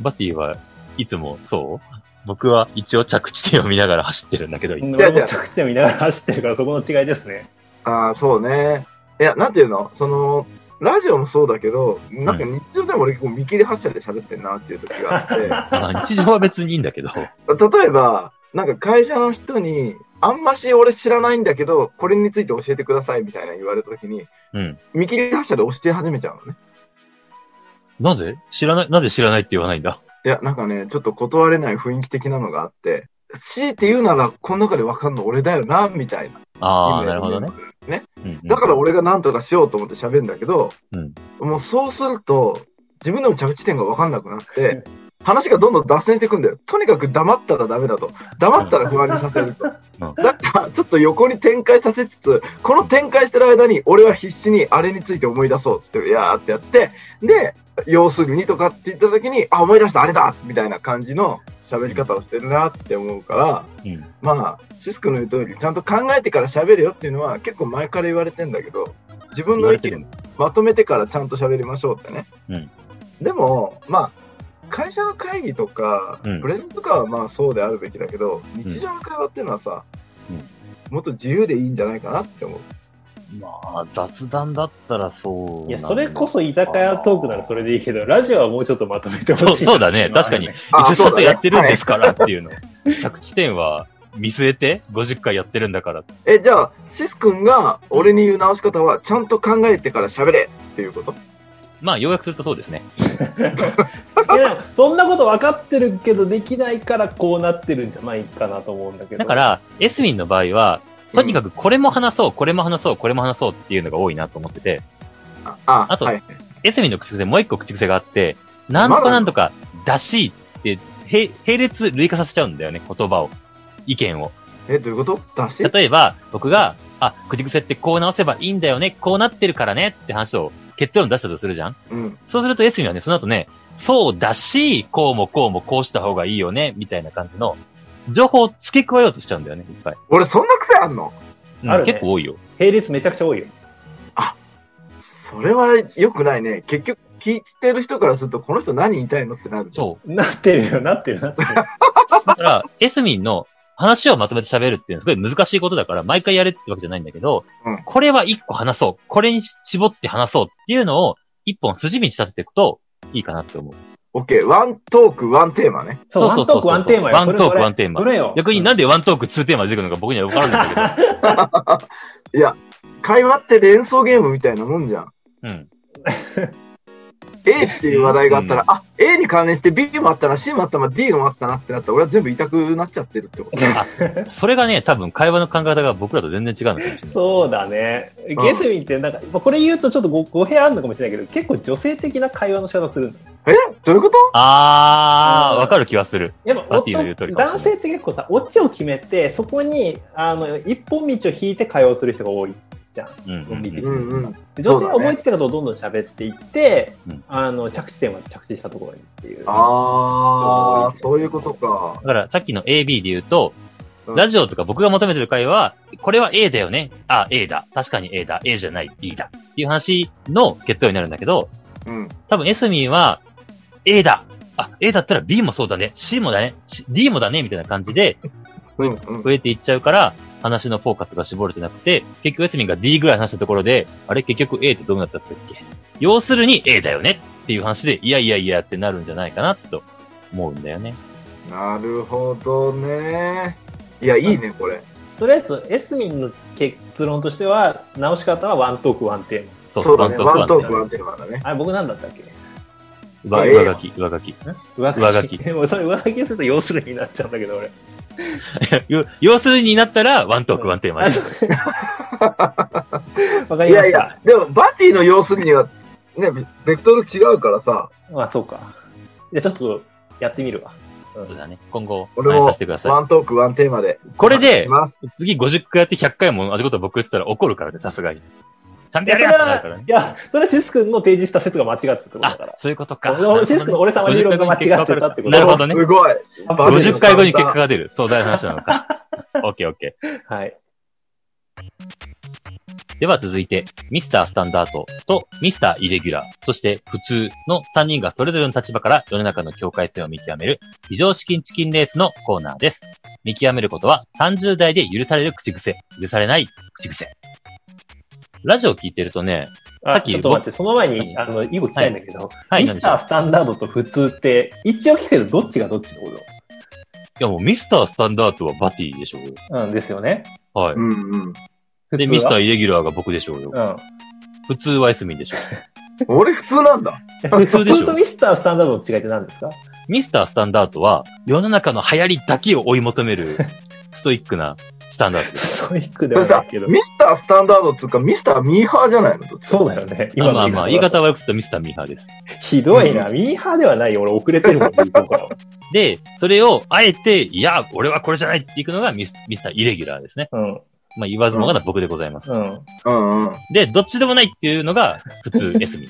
[SPEAKER 1] バティはいつもそう僕は一応着地点を見ながら走ってるんだけ ど、いつも
[SPEAKER 3] 俺も着地点見ながら走ってるから、そこの違いですね。
[SPEAKER 2] ああ、そうね。いや、なんていうのその、ラジオもそうだけど、なんか日常でも俺結構見切り発車で喋ってんなっていう時があ
[SPEAKER 1] まあ日常は別にいいんだけど。
[SPEAKER 2] って、例えば、なんか会社の人に、あんまし俺知らないんだけど、これについて教えてくださいみたいな言われた時に、
[SPEAKER 1] うん。
[SPEAKER 2] 見切り発車で教え始めちゃうのね。
[SPEAKER 1] なぜ知らない、なぜ知らないって言わないんだ。
[SPEAKER 2] いや、なんかね、ちょっと断れない雰囲気的なのがあって、強いて言うなら、この中でわかんの俺だよな、みたいな。
[SPEAKER 1] ああ、なるほどね。。うんうん
[SPEAKER 2] だから、俺が何とかしようと思って喋るんだけど、
[SPEAKER 1] うん
[SPEAKER 2] もうそうすると、自分でも着地点が分かんなくなって、 話がどんどん脱線していくんだよ。とにかく黙ったらダメだと。黙ったら不安にさせると。
[SPEAKER 1] うん
[SPEAKER 2] だから、ちょっと横に展開させつつ、この展開してる間に、俺は必死にあれについて思い出そうっつって、いやーってやって、で、要するにとかって言った時に、あ、思い出した、あれだみたいな感じの喋り方をしてるなって思うから、
[SPEAKER 1] うん
[SPEAKER 2] まあ、シスクの言う通り、ちゃんと考えてから喋るよっていうのは結構前から言われてんだけど、自分
[SPEAKER 1] 言
[SPEAKER 2] の
[SPEAKER 1] われ
[SPEAKER 2] 意
[SPEAKER 1] てる
[SPEAKER 2] 見まとめてからちゃんと喋りましょうってね。
[SPEAKER 1] うん
[SPEAKER 2] でも、まあ、会社の会議とか、
[SPEAKER 1] うん
[SPEAKER 2] プレゼントとかはまあそうであるべきだけど、日常の会話っていうのはさ、
[SPEAKER 1] うん
[SPEAKER 2] もっと自由でいいんじゃないかなって思う。
[SPEAKER 1] まあ、雑談だったらそう。
[SPEAKER 3] いや、それこそ居酒屋トークならそれでいいけど、ラジオはもうちょっとまとめてほ
[SPEAKER 1] そう
[SPEAKER 3] しい。
[SPEAKER 1] そうだね。確かに。。
[SPEAKER 2] あ
[SPEAKER 1] 一応ちゃんとやってるんですすからっていうの。着地点は見据えて50回やってるんだから。
[SPEAKER 2] え、じゃあ、シス君が俺に言う直し方は、ちゃんと考えてから喋れっていうこと
[SPEAKER 1] まあ、要約するとそうですね。
[SPEAKER 3] いや、そんなこと分かってるけど、できないからこうなってるんじゃないかなと思うんだけど。
[SPEAKER 1] だか、ら、エスミンの場合は、とにかくこれも話そう、これも話そう、これも話そうっていうのが多いなと思ってて、
[SPEAKER 2] ああ
[SPEAKER 1] あと
[SPEAKER 2] はい、
[SPEAKER 1] エスミンの口癖、もう一個口癖があって、なんとかなんとか、だしって、へ並列、類化させちゃうんだよね、言葉を。意見を。
[SPEAKER 2] え、どういうこと出し
[SPEAKER 1] 例えば、僕が、あ、口癖ってこう直せばいいんだよね、こうなってるからねって話を、結論出したとするじゃん
[SPEAKER 2] うん。
[SPEAKER 1] そうするとエスミンはね、その後ね、そうだし、こうもこうもこうした方がいいよね、みたいな感じの、情報を付け加えようとしちゃうんだよね、いっぱい。
[SPEAKER 2] 俺、そんな癖あんの
[SPEAKER 1] うん
[SPEAKER 3] あるね
[SPEAKER 1] 結構多いよ。
[SPEAKER 3] 並列めちゃくちゃ多いよ。
[SPEAKER 2] それは良くないね。結局、聞いてる人からすると、この人何言いたいのってなる。
[SPEAKER 1] そう。
[SPEAKER 3] なってるよ、なってる、なってる。
[SPEAKER 1] だから、エスミンの話をまとめて喋るっていうのはすごい難しいことだから、毎回やれってわけじゃないんだけど、
[SPEAKER 2] うん
[SPEAKER 1] これは一個話そう。これに絞って話そうっていうのを、一本筋道に立てていくと、いいかなって思う。
[SPEAKER 2] う。OK。ワントーク、ワンテーマね。
[SPEAKER 3] そう、ワ
[SPEAKER 1] そう
[SPEAKER 3] ン
[SPEAKER 1] そうそ
[SPEAKER 3] トー
[SPEAKER 1] う
[SPEAKER 3] ク、ワンテーマよ。
[SPEAKER 1] ワントーク
[SPEAKER 3] それそれ
[SPEAKER 1] ワンテーマ
[SPEAKER 3] それよ。
[SPEAKER 1] 逆になんでワントーク、ツーテーマ出てくるのか僕には分からないんだ
[SPEAKER 2] いや、会話って連想ゲームみたいなもんじゃん。
[SPEAKER 1] けど。うん。
[SPEAKER 2] A っていう話題があったら、あ、A に関連して B もあったな、C もあったな、D もあったなってなったら、俺は全部痛くなっちゃってるってこと。
[SPEAKER 1] それがね、多分会話の考え方が僕らと全然違うのかもしれない。
[SPEAKER 3] そうだね。ゲスミンって、なんか、まあこれ言うとちょっとご語弊あるのかもしれないけど、結構女性的な会話の仕方するんだよ。
[SPEAKER 2] えどういうこと
[SPEAKER 1] あー、
[SPEAKER 3] うん
[SPEAKER 1] わかる気はする。
[SPEAKER 3] やっぱ
[SPEAKER 1] ラティの言う通りかもしれない
[SPEAKER 3] 男性って結構さ、オチを決めて、そこに、あの、一本道を引いて会話をする人が多い。
[SPEAKER 1] うんうんうん
[SPEAKER 2] うんうん。
[SPEAKER 3] で女性は思いついたことをどんどん喋っていって、
[SPEAKER 1] うん
[SPEAKER 3] あの、着地点は着地したところにっていう。
[SPEAKER 2] あー、そういうことか
[SPEAKER 1] だ。からさっきの AB で言うと、
[SPEAKER 2] うん
[SPEAKER 1] ラジオとか僕が求めてる会は、これは A だよね。あ、A だ。確かに A だ。A じゃない B だ。っていう話の結論になるんだけど、
[SPEAKER 2] うん。
[SPEAKER 1] 多分エスミンは A だ。あ、A だったら B もそうだね。C もだね。C D もだね。みたいな感じで
[SPEAKER 2] うんうん
[SPEAKER 1] 増えていっちゃうから、話のフォーカスが絞れてなくて、結局エスミンが D ぐらい話したところで、あれ結局 A ってどうなったっけ要するに A だよねっていう話で、いやいやいやってなるんじゃないかなと思うんだよね。
[SPEAKER 2] なるほどね。いや、いいね、これ。
[SPEAKER 3] とりあえず、エスミンの結論としては、直し方はワントーク、ワンテー
[SPEAKER 1] そう
[SPEAKER 2] そうだね。ワントーク、
[SPEAKER 1] ワ
[SPEAKER 2] ワ
[SPEAKER 1] ン
[SPEAKER 2] ンテーマだね。
[SPEAKER 3] マ。あれ、僕なんだったっけ
[SPEAKER 1] 上
[SPEAKER 2] ええ
[SPEAKER 1] 上書き、上書き。上
[SPEAKER 3] 上
[SPEAKER 1] 書
[SPEAKER 3] 書
[SPEAKER 1] き
[SPEAKER 3] き。で もそれ上書きすると要するになっちゃうんだけど、俺。
[SPEAKER 1] よ要するになったら、ワントーク、ワンテーマ
[SPEAKER 3] あ
[SPEAKER 1] です。
[SPEAKER 3] そう わか
[SPEAKER 2] い
[SPEAKER 3] りま
[SPEAKER 2] や
[SPEAKER 3] し
[SPEAKER 2] い
[SPEAKER 3] た。
[SPEAKER 2] や、でも、バティの様子には、ね、ベクトル違うからさ、
[SPEAKER 3] まあ、そうか。じゃあちょっと、やってみるわ。
[SPEAKER 1] そうだね。今後、
[SPEAKER 2] 俺
[SPEAKER 1] 真似
[SPEAKER 2] も
[SPEAKER 1] させてくだ
[SPEAKER 2] ワ
[SPEAKER 1] さ
[SPEAKER 2] ントーク、ワンテーマで。
[SPEAKER 1] い。これ
[SPEAKER 2] い
[SPEAKER 1] で
[SPEAKER 2] き、ます
[SPEAKER 1] 次50回やって100回も同じこと僕言ってたら怒るからね、さすがに。ちゃんとや
[SPEAKER 3] い
[SPEAKER 1] れ
[SPEAKER 3] や
[SPEAKER 1] やっ
[SPEAKER 3] それ
[SPEAKER 1] てなるから
[SPEAKER 3] は
[SPEAKER 1] ね、。
[SPEAKER 3] いや、それはシス君の提示した説が間違ってたってことだ
[SPEAKER 1] あ
[SPEAKER 3] か、
[SPEAKER 1] そういうことか。
[SPEAKER 3] ら。シス君の俺様理論が間違ってたってこと
[SPEAKER 1] なるほどね
[SPEAKER 2] すごい。
[SPEAKER 3] ある
[SPEAKER 1] 50回後に結果が出る。そうだいう話なのか。オッケーオッケー。
[SPEAKER 3] はい。
[SPEAKER 1] では続いて、ミスタースタンダードとミスターイレギュラー、そして普通の3人がそれぞれの立場から世の中の境界線を見極める、非常識チキンレースのコーナーです。見極めることは30代で許される口癖、許されない口癖。ラジオ聞いてるとね、
[SPEAKER 3] あ
[SPEAKER 1] さっき
[SPEAKER 3] ちょっと待って、その前に、
[SPEAKER 1] 何
[SPEAKER 3] あの、イボ聞きたいんだけど、
[SPEAKER 1] はい、何
[SPEAKER 3] ミス
[SPEAKER 1] でしょ
[SPEAKER 3] タ
[SPEAKER 1] う
[SPEAKER 3] ースタンダードと普通って、一応聞くけど、どっちがどっちのこ
[SPEAKER 1] いやもうミスタースタンダードはバティでしょうよ。
[SPEAKER 3] とうんですよね。
[SPEAKER 1] は
[SPEAKER 2] うんうん。
[SPEAKER 1] い。
[SPEAKER 3] 普通
[SPEAKER 1] で、
[SPEAKER 3] は
[SPEAKER 1] ミスターイレギュラーが僕でしょうよ。普通は休みでしょう。
[SPEAKER 2] 俺普通なんだ。
[SPEAKER 3] う
[SPEAKER 1] 普
[SPEAKER 3] ん。
[SPEAKER 1] 通でしょ
[SPEAKER 3] 普とミスタースタンダードの違いって何ですか
[SPEAKER 1] ミスタースタンダードは世の中の流行りだけを追い求めるストイックなスタンダー ドです。
[SPEAKER 3] ストイックで
[SPEAKER 2] それ
[SPEAKER 3] はな
[SPEAKER 2] さ
[SPEAKER 3] いけど、。
[SPEAKER 2] ミスタースタンダードっつうか、ミスターミーハーじゃないのどっち
[SPEAKER 3] そうだよね。
[SPEAKER 1] まあまあまあ、言い
[SPEAKER 3] だと
[SPEAKER 1] 方はよくするとミスターミーハーです。
[SPEAKER 3] ひどいな。ミーハーではないよ。俺遅れてるもん、言うところ
[SPEAKER 1] で、それをあえて、いや、俺はこれじゃないっていくのがミスミスターイレギュラーですね。
[SPEAKER 3] うん。
[SPEAKER 1] まあ言わずもがな僕でございます。
[SPEAKER 3] うん。
[SPEAKER 2] うんうん。
[SPEAKER 1] で、どっちでもないっていうのが普通、休み。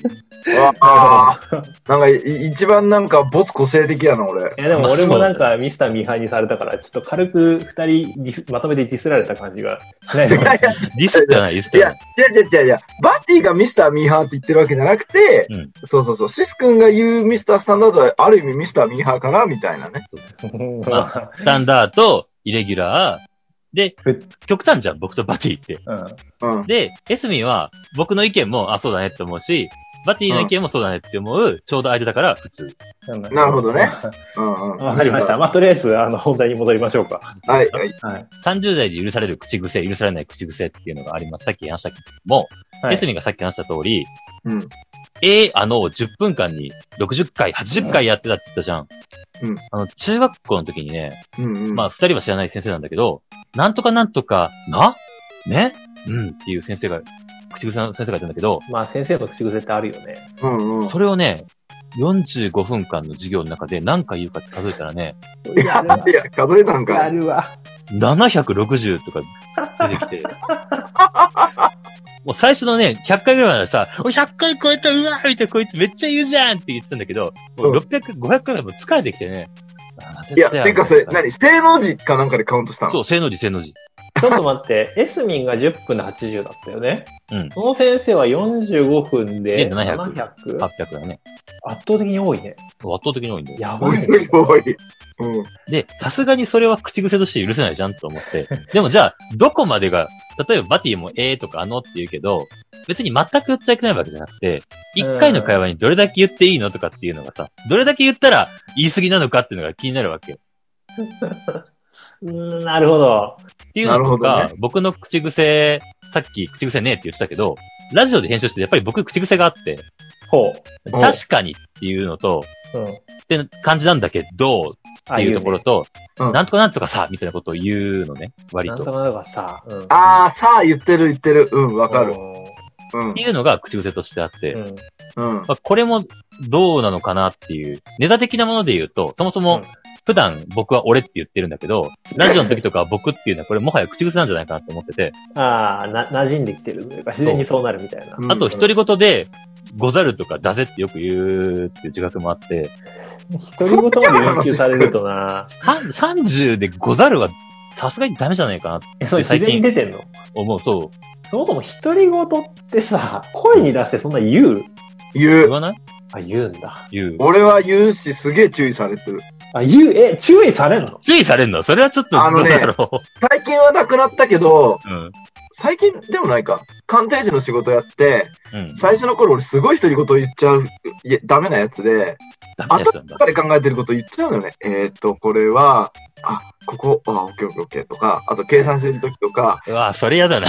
[SPEAKER 2] ああー。なんかい、一番なんか、ボツ個性的やな、俺。
[SPEAKER 3] いやでも俺もなんかミスターミーハーにされたから、ちょっと軽く二人ディスまとめてディスられた感じがしない
[SPEAKER 2] い
[SPEAKER 3] の
[SPEAKER 2] やいや
[SPEAKER 1] ディスってない、ディスってない。
[SPEAKER 2] いやいやいやいや、バッティがミスターミーハーって言ってるわけじゃなくて、
[SPEAKER 1] うん
[SPEAKER 2] そうそうそう、シス君が言うミスタースタンダードは、ある意味ミスターミーハーかなみたいなね。
[SPEAKER 1] まスタンダード、イレギュラー、で
[SPEAKER 3] え、
[SPEAKER 1] 極端じゃん、僕とバティって。
[SPEAKER 3] うん。
[SPEAKER 2] うん。
[SPEAKER 1] で、エスミンは僕の意見も、あ、そうだねって思うし、バティの意見もそうだねって思う、ちょうど相手だから普通。
[SPEAKER 2] なるほどね。うんうん。
[SPEAKER 3] わかりました。まあとりあえず、あの、本題に戻りましょうか。
[SPEAKER 2] はい。はい。
[SPEAKER 3] はい。
[SPEAKER 1] 30代で許される口癖、許されない口癖っていうのがあります。さっき話したけども、
[SPEAKER 3] はい
[SPEAKER 1] エスミンがさっき話した通り、
[SPEAKER 2] うん。
[SPEAKER 1] えー、あの、10分間に60回、80回やってたって言ったじゃん。
[SPEAKER 2] うん
[SPEAKER 1] あの、中学校の時にね、
[SPEAKER 2] うんうん。
[SPEAKER 1] まあ、二人は知らない先生なんだけど、なんとかなんとか、なねうんっていう先生が、口癖の先生がいたんだけど、
[SPEAKER 3] まあ先生の口癖ってあるよね。
[SPEAKER 2] うんうん。
[SPEAKER 1] それをね、45分間の授業の中で何回言うかって数えたらね、
[SPEAKER 2] いや、いや、数えたんかい。
[SPEAKER 3] るわ。
[SPEAKER 1] 760とか出てきて。もう最初のね、100回ぐらいまでさ、お100回超えた、うわーみたいな、こいつめっちゃ言うじゃんって言ってたんだけど、もう600、500回も疲れてきてね。あー
[SPEAKER 2] いや、てかそれ、何性能時かなんかでカウントしたの。
[SPEAKER 1] そうう、性能字、性能字。
[SPEAKER 3] ちょっと待って、エスミンが10分で80だったよね。
[SPEAKER 1] うん
[SPEAKER 3] その先生は45分で
[SPEAKER 1] で700 800
[SPEAKER 3] 700
[SPEAKER 1] だね。
[SPEAKER 3] 圧倒的に多いね。
[SPEAKER 1] もう圧倒的に多いんだよ。
[SPEAKER 3] やば
[SPEAKER 2] お
[SPEAKER 3] い
[SPEAKER 2] い
[SPEAKER 3] ね。
[SPEAKER 2] おいおい。うん。
[SPEAKER 1] で、さすがにそれは口癖として許せないじゃんと思って。でもじゃあ、どこまでが、例えばバティもええとかあのって言うけど、別に全く言っちゃいけないわけじゃなくて、一回の会話にどれだけ言っていいのとかっていうのがさ、どれだけ言ったら言い過ぎなのかっていうのが気になるわけ。っ
[SPEAKER 3] うーんなるほど。
[SPEAKER 1] ていうのと
[SPEAKER 2] なる
[SPEAKER 1] か、
[SPEAKER 2] ほど
[SPEAKER 1] 僕の口癖、さっき口癖ねえって言ってたけど、ラジオで編集しててやっぱり僕口癖があって、
[SPEAKER 3] ほ
[SPEAKER 2] お
[SPEAKER 1] 確かにっていうのと、
[SPEAKER 3] う。うん。
[SPEAKER 1] って感じなんだけど、
[SPEAKER 3] あ
[SPEAKER 1] っていうところと、
[SPEAKER 2] うん
[SPEAKER 1] なんとかなんとかさ、みたいなことを言うのね、割
[SPEAKER 3] なん
[SPEAKER 1] と。
[SPEAKER 3] と
[SPEAKER 1] っ
[SPEAKER 3] かなんとかさ、うん、
[SPEAKER 2] ああ、さあ、言ってる言ってる。うん、わかる。うん
[SPEAKER 1] て。いうのが口癖としてあって、
[SPEAKER 3] う
[SPEAKER 2] う
[SPEAKER 3] ん。
[SPEAKER 2] ん。
[SPEAKER 1] まあ、これもどうなのかなっていう、ネタ的なもので言うと、そもそも
[SPEAKER 3] うん
[SPEAKER 1] 普段僕は俺って言ってるんだけど、ラジオの時とかは僕っていうのはこれもはや口癖なんじゃないかなと思ってて、
[SPEAKER 3] ああ、な、馴染んできてるというか、自然にそうなるみたいな。
[SPEAKER 2] うん
[SPEAKER 1] あと独り言で、ござるとかだぜってよく言うっていう自覚もあって、
[SPEAKER 3] 独り言まで要求されるとな、
[SPEAKER 1] さん30でござるはさすがにダメじゃないかなって
[SPEAKER 3] えそれ自然に出てんの
[SPEAKER 1] 思う。そ
[SPEAKER 3] そもそも独り言ってさ、声に出してそんな言う
[SPEAKER 1] う。
[SPEAKER 2] 言
[SPEAKER 1] 言
[SPEAKER 2] う。
[SPEAKER 1] わない
[SPEAKER 3] あ、言うんだ。
[SPEAKER 1] 言う。
[SPEAKER 2] 俺は言うし、すげえ注意されてる。
[SPEAKER 3] あ、言う、え、注意されんの
[SPEAKER 1] 注意されんのそれはちょっと
[SPEAKER 2] あ
[SPEAKER 1] どう
[SPEAKER 2] のね
[SPEAKER 1] だろ
[SPEAKER 2] 最近はなくなったけど、
[SPEAKER 1] う。うん。
[SPEAKER 2] 最近でもないか。鑑定士の仕事やって、
[SPEAKER 1] うん。
[SPEAKER 2] 最初の頃俺すごい独り言言っちゃう、いやダメなやつで、
[SPEAKER 1] ダメなや
[SPEAKER 2] 後
[SPEAKER 1] つなんだ。
[SPEAKER 2] から考えてること言っちゃうのよね。えーっと、これは、あ、ここ、あ、オッケーオッケーオッケーとか、あと計算してる時とか、
[SPEAKER 1] うわそれ嫌だな。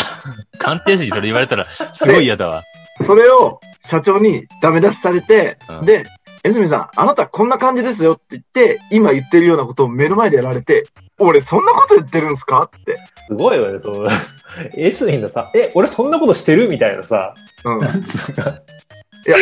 [SPEAKER 1] 鑑定士にそれ言われたら、すごい嫌だわ。
[SPEAKER 2] それを社長にダメ出しされて、
[SPEAKER 1] うん
[SPEAKER 2] で、江住さん、あなたこんな感じですよって言って、今言ってるようなことを目の前でやられて、俺そんなこと言ってるんすかって。
[SPEAKER 3] すごいよね、その、 エスミンのさ、え、俺そんなことしてるみたいなさ、
[SPEAKER 2] うん。
[SPEAKER 3] なんつうか
[SPEAKER 2] いや、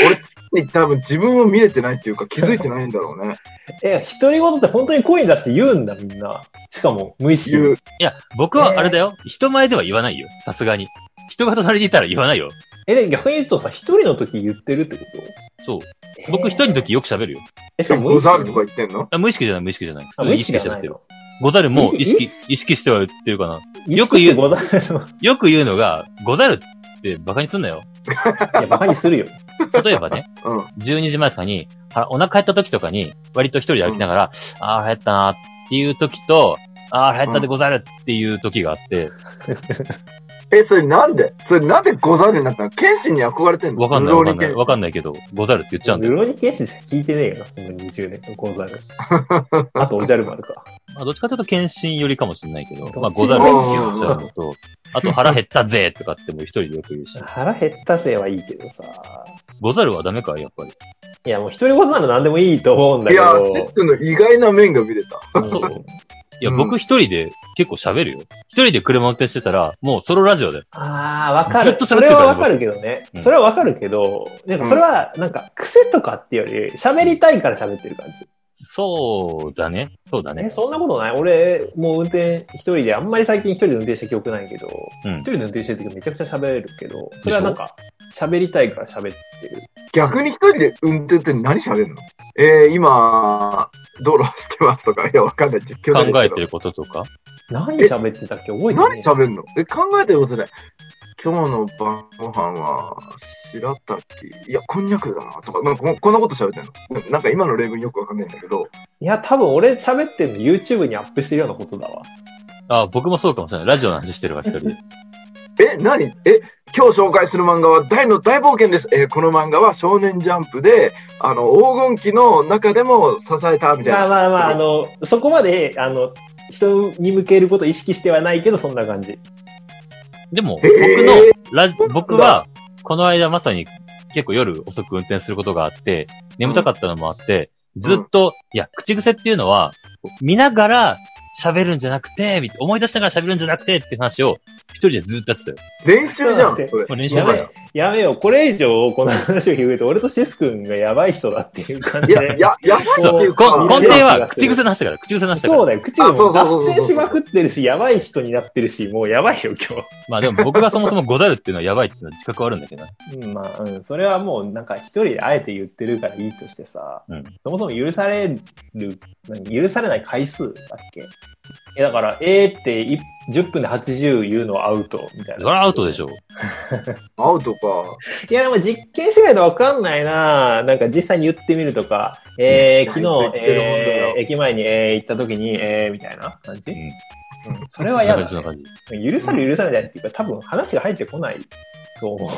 [SPEAKER 2] 俺に多分自分を見れてないっていうか気づいてないんだろうね。
[SPEAKER 3] え、独り言って本当に声に出して言うんだ、みんな。しかも、無意識に。
[SPEAKER 2] 言う。
[SPEAKER 1] いや、僕はあれだよ。人前では言わないよ。さすがに。人が隣にいたら言わないよ。
[SPEAKER 3] え、で逆に言うとさ、一人の時言ってるってこと
[SPEAKER 1] そう。僕一人の時よく喋るよ。
[SPEAKER 3] え、しかも無
[SPEAKER 2] ご
[SPEAKER 3] 意識
[SPEAKER 2] ざるとか言ってんの
[SPEAKER 1] あ無意識じゃない、無意識じゃない。
[SPEAKER 3] あ
[SPEAKER 1] 普通
[SPEAKER 3] 無
[SPEAKER 1] に
[SPEAKER 3] 意
[SPEAKER 1] 意
[SPEAKER 3] 識
[SPEAKER 1] 識し
[SPEAKER 3] じ
[SPEAKER 1] てやっ
[SPEAKER 3] ゃない
[SPEAKER 1] てる
[SPEAKER 3] の。。
[SPEAKER 1] ござるも
[SPEAKER 3] 意
[SPEAKER 1] 意
[SPEAKER 3] 識
[SPEAKER 1] 識、意識しては言ってるかな。
[SPEAKER 3] よ
[SPEAKER 1] よ
[SPEAKER 3] く
[SPEAKER 1] く言
[SPEAKER 3] 言
[SPEAKER 1] う
[SPEAKER 3] う。ござるの。い
[SPEAKER 1] よく言うのが、ござるって馬鹿にすんなよ。
[SPEAKER 3] や、バカにするよ。
[SPEAKER 1] 例えば ね、
[SPEAKER 2] うん。
[SPEAKER 1] 12時前とかに、はお腹減った時とかに、割と一人で歩きながら、ああ、腹減ったなーっていう時と、ああ、腹減ったでござるっていう時があって、
[SPEAKER 2] え、それなんでそれなんでござるになったの剣心に憧れてんの
[SPEAKER 1] わかんない
[SPEAKER 2] ルロ
[SPEAKER 1] わか
[SPEAKER 2] ーニ
[SPEAKER 1] んな
[SPEAKER 2] ケン
[SPEAKER 1] い。
[SPEAKER 2] シン
[SPEAKER 1] わかんないけど、ござるって言っちゃうんだ
[SPEAKER 3] ル
[SPEAKER 1] よ。
[SPEAKER 3] ロニケンシンしか聞いてねえよな、この20年の講座で。あと、おじゃる丸か。
[SPEAKER 1] まあ、どっちかというと、謙信よりかもしれないけど、
[SPEAKER 3] ど
[SPEAKER 1] まあ、
[SPEAKER 3] っち
[SPEAKER 1] ご
[SPEAKER 3] も
[SPEAKER 1] ざるって言っちゃうのと、あと、腹減ったぜとかってもう一人でよく言うし、
[SPEAKER 3] 腹減ったせいはいいけどさ。
[SPEAKER 1] ござるはダメか、やっぱり。
[SPEAKER 3] いや、もう一人ごとなら何でもいいと思うんだ
[SPEAKER 2] い
[SPEAKER 3] け
[SPEAKER 2] や
[SPEAKER 3] ど
[SPEAKER 2] ー、。ステップの意外な面が見れた。
[SPEAKER 3] うん
[SPEAKER 1] そういや、
[SPEAKER 2] うん
[SPEAKER 1] 僕一人で結構喋るよ。一人で車運転してたら、もうソロラジオで。
[SPEAKER 3] ああ、わか
[SPEAKER 1] ず
[SPEAKER 3] る
[SPEAKER 1] っ。と喋
[SPEAKER 3] そ
[SPEAKER 1] って
[SPEAKER 3] れ
[SPEAKER 1] たよ
[SPEAKER 3] はわかるけどね
[SPEAKER 1] う。ん
[SPEAKER 3] それはわかるけど、なんかそれは、なんか癖とかっていうより、喋りたいから喋ってる感じ。
[SPEAKER 1] そうだね。そうだ
[SPEAKER 3] え、
[SPEAKER 1] ね。
[SPEAKER 3] そんなことない俺、もう運転一人で、あんまり最近一人で運転した記憶ないけど、
[SPEAKER 1] うん
[SPEAKER 3] 一人で運転してる時めちゃくちゃ喋るけど、それはなんか、喋りたいから喋ってる。
[SPEAKER 2] 逆に一人で運転って何喋るのえー、今、道路走ってますとか、い や、わかんない。実況
[SPEAKER 1] 考
[SPEAKER 2] ないけど
[SPEAKER 1] えてることとか。
[SPEAKER 3] 何喋ってたっけ覚えて
[SPEAKER 2] 何
[SPEAKER 3] ねえ
[SPEAKER 2] 喋るのえ、考えてることない。今日の晩ご飯は、白滝、いや、こんにゃくだな、とか、なんかここんなこと喋ってんのなんか今の例文よくわかんないんだけど、
[SPEAKER 3] いや、多分俺喋ってんの YouTube にアップしてるようなことだわ。
[SPEAKER 1] あ、僕もそうかもしれない。ラジオの話してるわ、一人で。
[SPEAKER 2] え、何え、今日紹介する漫画は大の大冒険です。えーこの漫画は少年ジャンプで、あの、黄金期の中でも支えた、みたい
[SPEAKER 3] まあ
[SPEAKER 2] な。
[SPEAKER 3] まあまあ、あの、そこまで、あの、人に向けることを意識してはないけど、そんな感じ。
[SPEAKER 1] でも、
[SPEAKER 2] え
[SPEAKER 1] 僕
[SPEAKER 2] ー
[SPEAKER 1] の、ラジ僕は、この間まさに結構夜遅く運転することがあって、眠たかったのもあって、ずっと、いや、口癖っていうのは、見ながら喋るんじゃなくて、みたい思い出しながら喋るんじゃなくてって話を一人でずっとやってたよ。
[SPEAKER 2] 練習じゃん、
[SPEAKER 3] ちょっと待って
[SPEAKER 2] それ
[SPEAKER 1] も。う練習
[SPEAKER 3] や
[SPEAKER 1] だ
[SPEAKER 3] め
[SPEAKER 1] よ。、
[SPEAKER 3] やめよう。これ以上、この話を広げて、俺とシス君がやばい人だっていう感
[SPEAKER 2] い
[SPEAKER 3] じ
[SPEAKER 2] や、
[SPEAKER 3] で。
[SPEAKER 2] や、やばいってい
[SPEAKER 1] そうう、
[SPEAKER 2] か、
[SPEAKER 1] こ根底は口癖の話だから、口癖の話だか
[SPEAKER 3] そ
[SPEAKER 1] ら。
[SPEAKER 3] うだよ。口がもう
[SPEAKER 2] あそうそうそうそう
[SPEAKER 3] 脱線しまくってるし、やばい人になってるし、もうやばいよ、今
[SPEAKER 1] まあでも僕がそもそもござるっていうのはやばいっていうのは自覚はあるんだけど な。
[SPEAKER 3] 日。うん、まあ、うん、それはもう、なんか一人であえて言ってるからいいとしてさ、
[SPEAKER 1] うん
[SPEAKER 3] そもそも許される、何許されない回数だっけえ、だから、えーってい10分で80言うのはアウト、みたい
[SPEAKER 1] そ
[SPEAKER 3] な。
[SPEAKER 1] れはアウトでしょ。
[SPEAKER 2] アウトか。
[SPEAKER 3] いや、でも実験しないとわかんないななんか実際に言ってみるとか、えー、昨
[SPEAKER 2] いや言っ
[SPEAKER 3] 日、
[SPEAKER 2] てるもんだよ
[SPEAKER 3] えー、駅前に、えー、行った時に、えー、みたいな感じ、
[SPEAKER 1] うん
[SPEAKER 3] それは嫌だ、
[SPEAKER 1] そんな感じそんな感じ
[SPEAKER 3] ね。許される許されないっていうか、多分話が入ってこないと思う。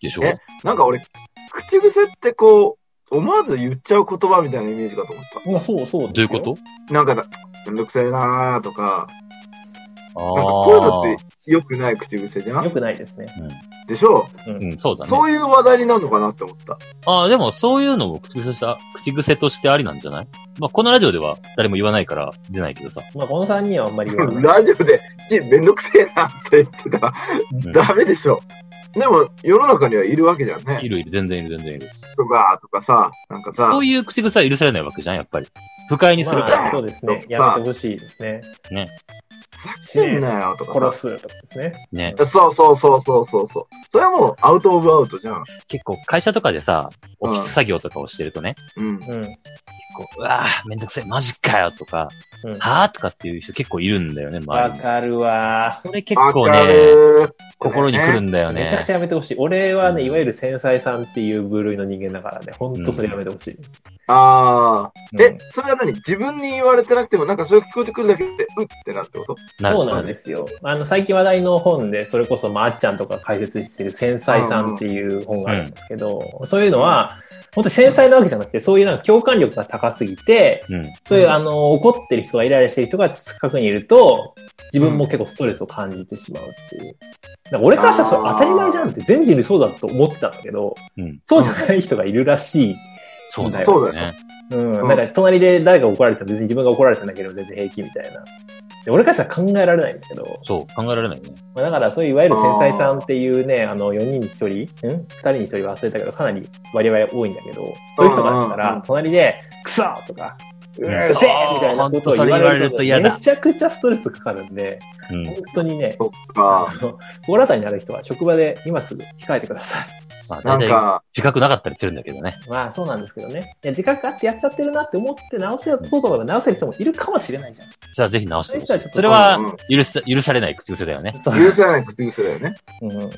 [SPEAKER 1] でしょ
[SPEAKER 2] えなんか俺、口癖ってこう、思わず言っちゃう言葉みたいなイメージかと思っ
[SPEAKER 3] まあ、そうそ う
[SPEAKER 1] どういうこと
[SPEAKER 2] た。なんかだ、めんどくせえなーとか、なんかこういうの
[SPEAKER 1] あ
[SPEAKER 2] って良くない口癖じゃ
[SPEAKER 3] よ
[SPEAKER 2] ん
[SPEAKER 3] くないですね。
[SPEAKER 2] でしょ
[SPEAKER 3] う。
[SPEAKER 1] あ。うんん、そうだね。
[SPEAKER 2] そういう話題になるのかなって思った。
[SPEAKER 1] ああ、でもそういうのも口癖とした、口癖としてありなんじゃないまあ、このラジオでは誰も言わないから出ないけどさ。
[SPEAKER 3] まあ、この3人はあんまり言わない。
[SPEAKER 2] ラジオで、ち、めんどくせえなって言ってたら、
[SPEAKER 1] ん
[SPEAKER 2] ダメでしょ。でも、世の中にはいるわけじゃん
[SPEAKER 1] い
[SPEAKER 2] ね。
[SPEAKER 1] るいる、全然いる、全然い る。
[SPEAKER 2] とか、とかさ、なんかさ
[SPEAKER 1] そ、ういう口癖は許されないわけじゃん、やっぱり。不快にするから。
[SPEAKER 3] まあ、そうですね。やめてほしいですね。
[SPEAKER 2] ふざけんなよとかさ。
[SPEAKER 3] 殺すとかですね。
[SPEAKER 1] ね。
[SPEAKER 2] そうそうそうそうそうそう。それはもうアウトオブアウトじゃん。
[SPEAKER 1] 結構、会社とかでさ、オ
[SPEAKER 2] うん
[SPEAKER 1] フィス作業とかをしてるとね、
[SPEAKER 2] うん。
[SPEAKER 3] うん。
[SPEAKER 1] 結構、うわぁ、めんどくせえ、マジかよとか、
[SPEAKER 3] うん。
[SPEAKER 1] はぁとかっていう人結構いるんだよね、
[SPEAKER 3] わ
[SPEAKER 1] 周りに。
[SPEAKER 3] かるわ。
[SPEAKER 1] それ結構
[SPEAKER 2] わか
[SPEAKER 1] ね、
[SPEAKER 2] る
[SPEAKER 1] 心に来るんだよ
[SPEAKER 3] めちゃく
[SPEAKER 1] ね
[SPEAKER 3] ち。ゃやめてほしい。俺はね、
[SPEAKER 1] うん
[SPEAKER 3] いわゆる繊細さんっていう部類の人間だからね、ほんとそれやめてほしい。
[SPEAKER 2] ああ。
[SPEAKER 3] うん
[SPEAKER 2] え、それは何自分に言われてなくても、なんかそれ聞こえてくるだけで、うってなるってこと
[SPEAKER 1] なる
[SPEAKER 3] そ
[SPEAKER 1] ほ
[SPEAKER 3] うな
[SPEAKER 1] ど
[SPEAKER 3] ん
[SPEAKER 1] ね。
[SPEAKER 3] ですよ。あの、最近話題の本で、それこそ、まあ、あっちゃんとか解説してる、繊細さんっていう本があるんですけど、そういうのは、本当に繊細なわけじゃなくて、そういうなんか共感力が高すぎて、
[SPEAKER 1] うん。
[SPEAKER 3] そういう、
[SPEAKER 2] うん
[SPEAKER 3] あの、怒ってる人がイライラしてる人が近くにいると、自分も結構ストレスを感じてしまうっていう。だから俺からしたらそれ当たり前じゃんって、全人類そうだと思ってたんだけど、
[SPEAKER 1] うん。
[SPEAKER 3] そうじゃない人がいるらしい
[SPEAKER 1] そうだ
[SPEAKER 2] そう
[SPEAKER 1] よ
[SPEAKER 2] だよ
[SPEAKER 1] ね。
[SPEAKER 3] うん、
[SPEAKER 2] うん
[SPEAKER 3] なんか隣で誰が怒られても別に自分が怒られてなければ全然平気みたいな。で俺からしたら考えられないんだけど、
[SPEAKER 1] そう、考えられないね。
[SPEAKER 3] まあ、だからそういういわゆる繊細さんっていうね、あの、4人に1人、ん ?2 人に1人忘れたけど、かなり割合多いんだけど、そういう人があ
[SPEAKER 2] う
[SPEAKER 3] った
[SPEAKER 2] んうんう
[SPEAKER 3] ら
[SPEAKER 2] ん、
[SPEAKER 3] 隣で、クソとか、う
[SPEAKER 1] うん
[SPEAKER 3] るせえみたいなことを
[SPEAKER 1] ほんと
[SPEAKER 3] 言われる
[SPEAKER 1] それ言われる
[SPEAKER 3] と、
[SPEAKER 1] と嫌だ
[SPEAKER 3] めちゃくちゃストレスかかるんで、
[SPEAKER 1] うん。
[SPEAKER 3] 本当にね、
[SPEAKER 2] そっか。
[SPEAKER 3] あの、心当たりになる人は職場で今すぐ控えてください。
[SPEAKER 1] まあ、
[SPEAKER 2] な
[SPEAKER 1] 大
[SPEAKER 2] ん
[SPEAKER 1] 体、
[SPEAKER 2] か、
[SPEAKER 1] 自覚なかったりするんだけどね。
[SPEAKER 3] まあそうなんですけどね。いや、自覚あってやっちゃってるなって思って直せようと思えば直せる人もいるかもしれないじゃん。
[SPEAKER 1] じゃあぜひ直してほし
[SPEAKER 3] そういう人はち
[SPEAKER 1] い。
[SPEAKER 3] ょっと
[SPEAKER 1] それは
[SPEAKER 2] うんうん、
[SPEAKER 1] 許さ、許されない口癖だよね。
[SPEAKER 3] そう。
[SPEAKER 2] 許せない口癖だ よね。
[SPEAKER 3] うん、い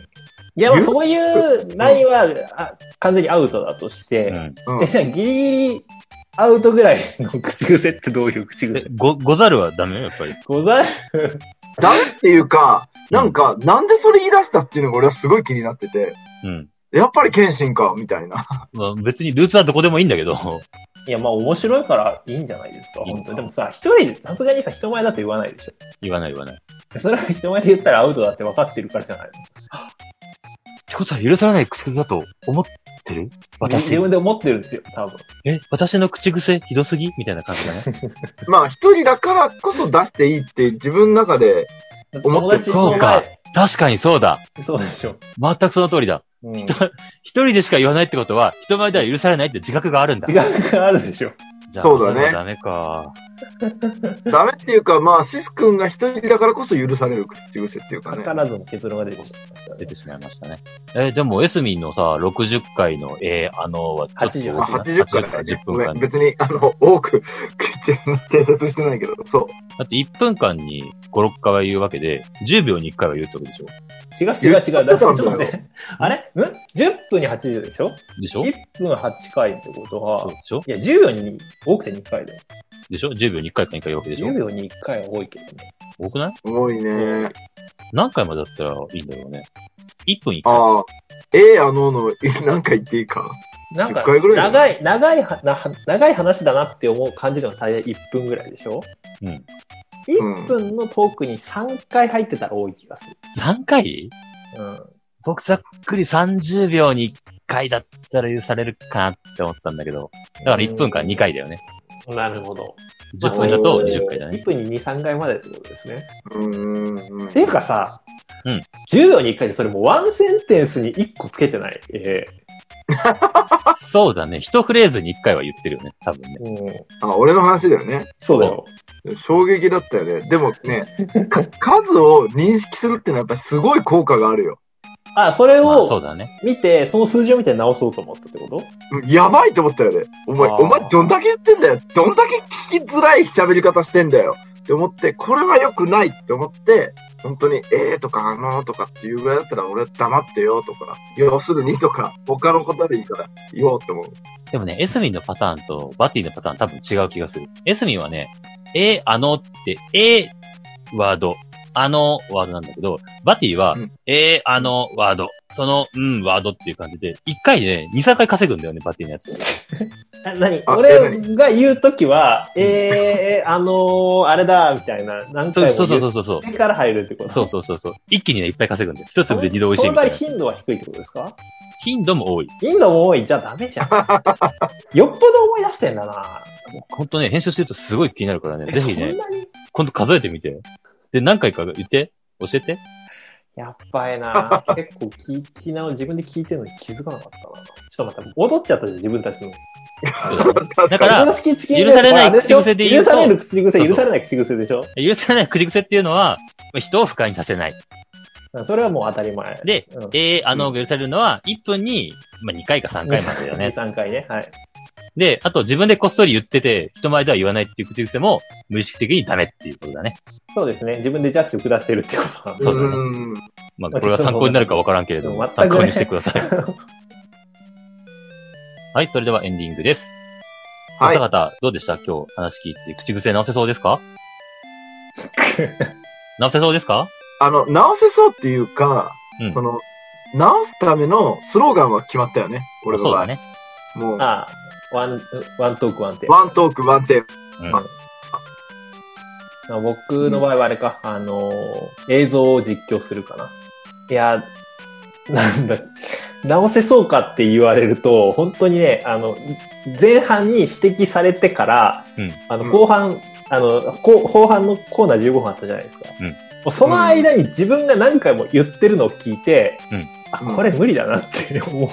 [SPEAKER 3] や、もうそういうラインは、あ完全にアウトだとし
[SPEAKER 1] う
[SPEAKER 3] て、
[SPEAKER 1] ん。
[SPEAKER 2] うん
[SPEAKER 3] え、。じゃあギリギリアウトぐらいの口癖ってどういう口
[SPEAKER 1] え
[SPEAKER 3] 癖
[SPEAKER 1] ご、ござるはダメよ、やっぱり。
[SPEAKER 3] ござる。
[SPEAKER 2] ダメっていうか、なんか、なんでそれ言い出したっていうのが俺はすごい気になってて、
[SPEAKER 1] うん。
[SPEAKER 2] やっぱり謙信か、みたいな。
[SPEAKER 1] まあ、別にルーツはどこでもいいんだけど、
[SPEAKER 3] いや、まあ面白いからいいんじゃないですか、
[SPEAKER 1] いいの
[SPEAKER 3] 本当に。でもさ、一人で、さすがにさ、人前だと言わないでしょ。
[SPEAKER 1] 言わない言わない。っ
[SPEAKER 3] それは人前で言ったらアウトだって分かってるからじゃないの
[SPEAKER 1] てことは許されない口癖だと思ってる私
[SPEAKER 3] 自。分で思ってるんですよ、多分。
[SPEAKER 1] え、私の口癖ひどすぎみたいな感じだね。
[SPEAKER 2] まあ、一人だからこそ出していいって自分の中で、思ってる
[SPEAKER 1] そうか確かにそうだ。
[SPEAKER 3] そうでしょ。
[SPEAKER 1] 全くその通りだ。
[SPEAKER 3] うん、違
[SPEAKER 1] 一人でしか言わないってことは、人前では許されないって自覚があるんだ。
[SPEAKER 3] うがあるでしょ。
[SPEAKER 1] じゃあ
[SPEAKER 2] そうだね
[SPEAKER 1] もダメか。
[SPEAKER 2] ダメっていうか、まあ、シス君が一人だからこそ許される口癖っていうかね。
[SPEAKER 3] らずの結論が出てしまいました
[SPEAKER 1] 出
[SPEAKER 3] ね
[SPEAKER 1] てしまいましたね。えーでも、エスミンのさ、60回の、えーあのは、
[SPEAKER 3] 80
[SPEAKER 1] ちょ
[SPEAKER 2] まあ
[SPEAKER 1] っと
[SPEAKER 2] 80か
[SPEAKER 1] 80
[SPEAKER 2] らだ
[SPEAKER 1] 回、
[SPEAKER 2] ね
[SPEAKER 1] 10。
[SPEAKER 2] ご
[SPEAKER 1] 分
[SPEAKER 2] め
[SPEAKER 1] 間
[SPEAKER 2] ん。
[SPEAKER 1] に。
[SPEAKER 2] 別に、あの、多く、 定説してないけど、そう。
[SPEAKER 1] だって1分間に5、6回は言うわけで、10秒に1回は言うってことでしょ
[SPEAKER 3] 違う違う違う。だからちょっと
[SPEAKER 2] 言ってたんだ
[SPEAKER 3] 待って。あれん ?10 分に80でしょ
[SPEAKER 1] でしょ
[SPEAKER 3] ?1 分8回ってこと
[SPEAKER 1] そう
[SPEAKER 3] は
[SPEAKER 1] で、しょ
[SPEAKER 3] いや、10秒に多くて2回だよ。
[SPEAKER 1] でしょ ?10 秒に1回か2回言うわけでしょ
[SPEAKER 3] 10秒に1回は多いけどね。
[SPEAKER 1] 多くない
[SPEAKER 2] 多いね。
[SPEAKER 1] 何回までだったらいいんだろうね。1分1回。
[SPEAKER 2] ああ。ええやのの、なんか言っていいか。
[SPEAKER 3] なんか
[SPEAKER 2] 10回ぐ、らい
[SPEAKER 3] 長い、長いは、な長い話だなって思う感じるのは大体1分ぐらいでしょ
[SPEAKER 1] うん。
[SPEAKER 3] 1分のトークに3回入ってたら多い気がす
[SPEAKER 1] 3回
[SPEAKER 3] る。うん。
[SPEAKER 1] 僕ざっくり30秒に1回だったら許されるかなって思ったんだけど、だから1分間2回だよね。
[SPEAKER 3] なるほど。
[SPEAKER 1] 10分だと20回だね
[SPEAKER 3] 1。分に2、3回までってことですね。
[SPEAKER 2] うーん。
[SPEAKER 3] っていうかさ、
[SPEAKER 1] うん
[SPEAKER 3] 10秒に1回でそれもうワンセンテンスに1個つけてない。え
[SPEAKER 1] そうだね。一フレーズに1回は言ってるよね。多分ね
[SPEAKER 3] ー。うん、
[SPEAKER 2] あ、俺の話だよね。
[SPEAKER 3] そうだよ。
[SPEAKER 2] 衝撃だったよね。でも ね、か数を認識するってのはやっぱりすごい効果があるよ。
[SPEAKER 3] あ、それ
[SPEAKER 1] まあそう
[SPEAKER 3] を
[SPEAKER 1] だね。
[SPEAKER 3] 見て、その数字を見て直そうと思ったってこと
[SPEAKER 2] やばいと思ったよね。お前、
[SPEAKER 3] あー
[SPEAKER 2] お前どんだけ言ってんだよ。どんだけ聞きづらい喋り方してんだよ。って思って、これは良くないって思って、本当に、えーとか、あのーとかっていうぐらいだったら、俺黙ってよとか、要するにとか、他のことでいいから言おうって思う。
[SPEAKER 1] でもね、エスミンのパターンとバティのパターン多分違う気がする。エスミンはね、えー、あのって、えー、ワード、あのワードなんだけど、バティは、
[SPEAKER 2] うん
[SPEAKER 1] えー、あのワード、その、うん、ワードっていう感じで、1回で、ね、2、3回稼ぐんだよね、バティのやつ。
[SPEAKER 3] あ何
[SPEAKER 2] あ
[SPEAKER 3] 俺が言うときは、えー、あのー、あれだ、みたいな、何
[SPEAKER 1] そう
[SPEAKER 3] 回
[SPEAKER 1] そ
[SPEAKER 3] も
[SPEAKER 1] うそう
[SPEAKER 3] 言
[SPEAKER 1] そ
[SPEAKER 3] っ
[SPEAKER 1] うそうそう。
[SPEAKER 3] てから入るってこと
[SPEAKER 1] そうそうそうそう。一気にね、いっぱい稼ぐんだよ。一粒で二度美味しいみ
[SPEAKER 3] その
[SPEAKER 1] た
[SPEAKER 3] 場合
[SPEAKER 1] いな。
[SPEAKER 3] 頻度は低いってことですか
[SPEAKER 1] 頻度も多い。
[SPEAKER 3] 頻度も多いじゃダメ じゃん。よっぽど思い出してんだな。
[SPEAKER 1] ほんとね、編集してるとすごい気になるからね。ぜひ
[SPEAKER 3] そん
[SPEAKER 1] ね、
[SPEAKER 3] なに
[SPEAKER 1] 今度数えてみて。で、何回か言って、教えて。
[SPEAKER 3] やっばいな結構聞きな、自分で聞いてるのに気づかなかったな。ちょっと待って、戻っちゃったじゃん、自分たちの。
[SPEAKER 1] だから
[SPEAKER 3] 自分の好きチキン
[SPEAKER 1] 許されない
[SPEAKER 3] あしょ
[SPEAKER 1] 口癖で言うと
[SPEAKER 3] 許される口
[SPEAKER 1] そうそ
[SPEAKER 3] 癖、
[SPEAKER 1] う
[SPEAKER 3] 許されない口癖でしょ
[SPEAKER 1] 許されない口癖っていうのは、まあ人を不快にさせない。
[SPEAKER 3] それはもう当たり前。
[SPEAKER 1] で
[SPEAKER 3] うん、
[SPEAKER 1] えー、あの、許されるのは、1分に、まあ、2回か3回までだよね。
[SPEAKER 3] 2、3回ね。はい。
[SPEAKER 1] で、あと自分でこっそり言ってて、人前では言わないっていう口癖も、無意識的にダメっていうことだね。
[SPEAKER 3] そうですね。自分でジャッジを下してるってことなんで
[SPEAKER 1] そうだね
[SPEAKER 2] ん。
[SPEAKER 1] まあ、これは参考になるかわからんけれども、
[SPEAKER 3] 全
[SPEAKER 1] 参
[SPEAKER 3] くね
[SPEAKER 1] 考にしてください。 はい、それではエンディングです。お
[SPEAKER 2] はい
[SPEAKER 1] 二。方、どうでした今日話聞いて、口癖直せそうです か直せそうですか
[SPEAKER 2] あの、直せそうっていうか、
[SPEAKER 1] うん
[SPEAKER 2] その、直すためのスローガンは決まったよね。俺の
[SPEAKER 1] そう
[SPEAKER 2] 場
[SPEAKER 1] だ
[SPEAKER 2] 合。
[SPEAKER 1] ね。
[SPEAKER 2] もう、
[SPEAKER 3] ああ、ワン、ワントーク、ワンテーマ
[SPEAKER 2] ワントーク、ワンテー
[SPEAKER 1] うん
[SPEAKER 2] あ
[SPEAKER 3] まあ僕の場合はあれか、あのー、映像を実況するかな。いや、なんだ、直せそうかって言われると、本当にね、あの、前半に指摘されてから、
[SPEAKER 1] うん
[SPEAKER 3] あの、
[SPEAKER 2] うん
[SPEAKER 3] 後半、あの、後後半のコーナー15分あったじゃないですか。
[SPEAKER 1] うん
[SPEAKER 3] もうその間に自分が何回も言ってるのを聞いて、
[SPEAKER 1] うん
[SPEAKER 3] あ、これ無理だなって思う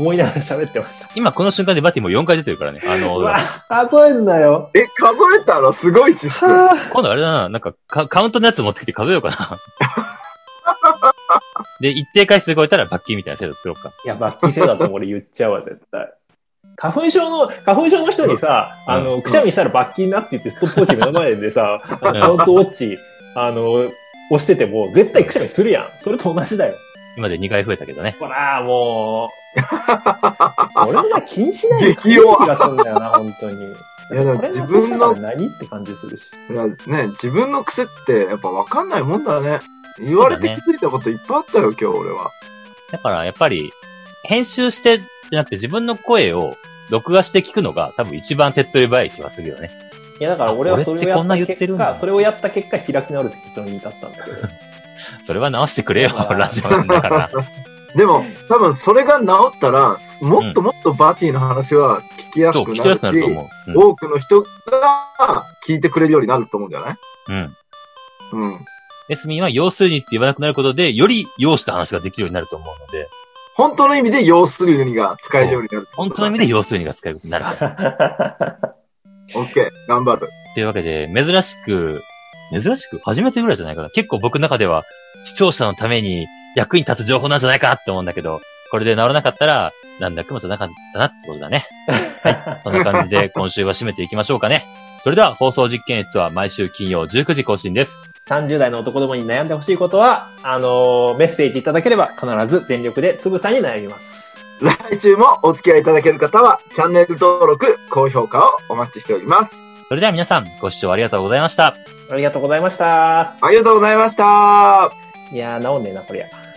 [SPEAKER 3] 思いながら喋ってました。
[SPEAKER 1] 今この瞬間でバティも4回出てるからね。あの
[SPEAKER 3] う、わ、数えんなよ。
[SPEAKER 2] え、数えたらすごいシステム。
[SPEAKER 3] はぁ
[SPEAKER 1] 今度あれだな、なんかカカウントのやつ持ってきて数えようか な。で、一定回数超えたら罰金みたいな制度作ろうか。
[SPEAKER 3] いや、罰金制だと俺言っちゃうわ、絶対。花粉症の、花粉症の人にさ、
[SPEAKER 1] うん
[SPEAKER 3] あの、くしゃみしたら罰金なって言ってストップウォッチ目の前でさ、あのカウントウォッチ、あの、押してても、絶対くしゃみするやん。それと同じだよ。
[SPEAKER 1] 今で2回増えたけどね。
[SPEAKER 3] ほら、もう。俺もな、気にしないで
[SPEAKER 2] 激弱
[SPEAKER 3] 気がするんだよな、本当に。
[SPEAKER 2] いやだ
[SPEAKER 3] こ
[SPEAKER 2] から
[SPEAKER 3] れが
[SPEAKER 2] 自分の
[SPEAKER 3] 何って感じするし。
[SPEAKER 2] いやね、自分の癖ってやっぱ分かんないもんだね。言われて
[SPEAKER 1] そうだね
[SPEAKER 2] 気づいたこといっぱいあったよ、今日俺は。
[SPEAKER 1] だから、やっぱり、編集して、じゃなくて自分の声を録画して聞くのが多分一番手っ取り早い気はするよね。
[SPEAKER 3] いや、だから俺はそれを
[SPEAKER 1] あ俺っ
[SPEAKER 3] や
[SPEAKER 1] てこんな
[SPEAKER 3] っ
[SPEAKER 1] 言
[SPEAKER 3] た
[SPEAKER 1] ってる
[SPEAKER 3] 結
[SPEAKER 1] んだ
[SPEAKER 3] 果、それをやった結果、開き直るって結論に至ったんだけど。
[SPEAKER 1] それは直してくれよ、
[SPEAKER 3] あー
[SPEAKER 1] ラジオなんだから。
[SPEAKER 2] でも、多分それが治ったら、もっともっとバーティーの話は聞きやす
[SPEAKER 1] そう、
[SPEAKER 2] く
[SPEAKER 1] 聞きやすくな
[SPEAKER 2] な
[SPEAKER 1] ると
[SPEAKER 2] る
[SPEAKER 1] 思
[SPEAKER 2] し、
[SPEAKER 1] う。
[SPEAKER 2] 多くの人が聞いてくれるようになると思うんじゃない
[SPEAKER 1] うん。うん。
[SPEAKER 2] うん。
[SPEAKER 1] エスミンは要するにって言わなくなることで、より要した話ができるようになると思うので、
[SPEAKER 2] 本当の意味で要するにが使えるようになるってこと
[SPEAKER 1] 本
[SPEAKER 2] だ。
[SPEAKER 1] 当の意味で要するにが使えるようになるから。
[SPEAKER 2] オッケー、頑張る。
[SPEAKER 1] というわけで、珍しく、珍しく初めてぐらいじゃないかな。結構僕の中では、視聴者のために役に立つ情報なんじゃないかなって思うんだけど、これで治らなかったら、なんだかもとなかったなってことだね。そんな感じで今週は締めていきましょうかね。それでは放送実験室は毎週金曜19時更新です。
[SPEAKER 3] 30代の男どもに悩んでほしいことは、あのメッセージいただければ必ず全力でつぶさに悩みます。
[SPEAKER 2] 来週もお付き合いいただける方は、チャンネル登録、高評価をお待ちしております。
[SPEAKER 1] それでは皆さん、ご視聴ありがとうございました。
[SPEAKER 3] ありがとうございました。
[SPEAKER 2] ありがとうございました。
[SPEAKER 3] いやー、治んねえな、こりゃ。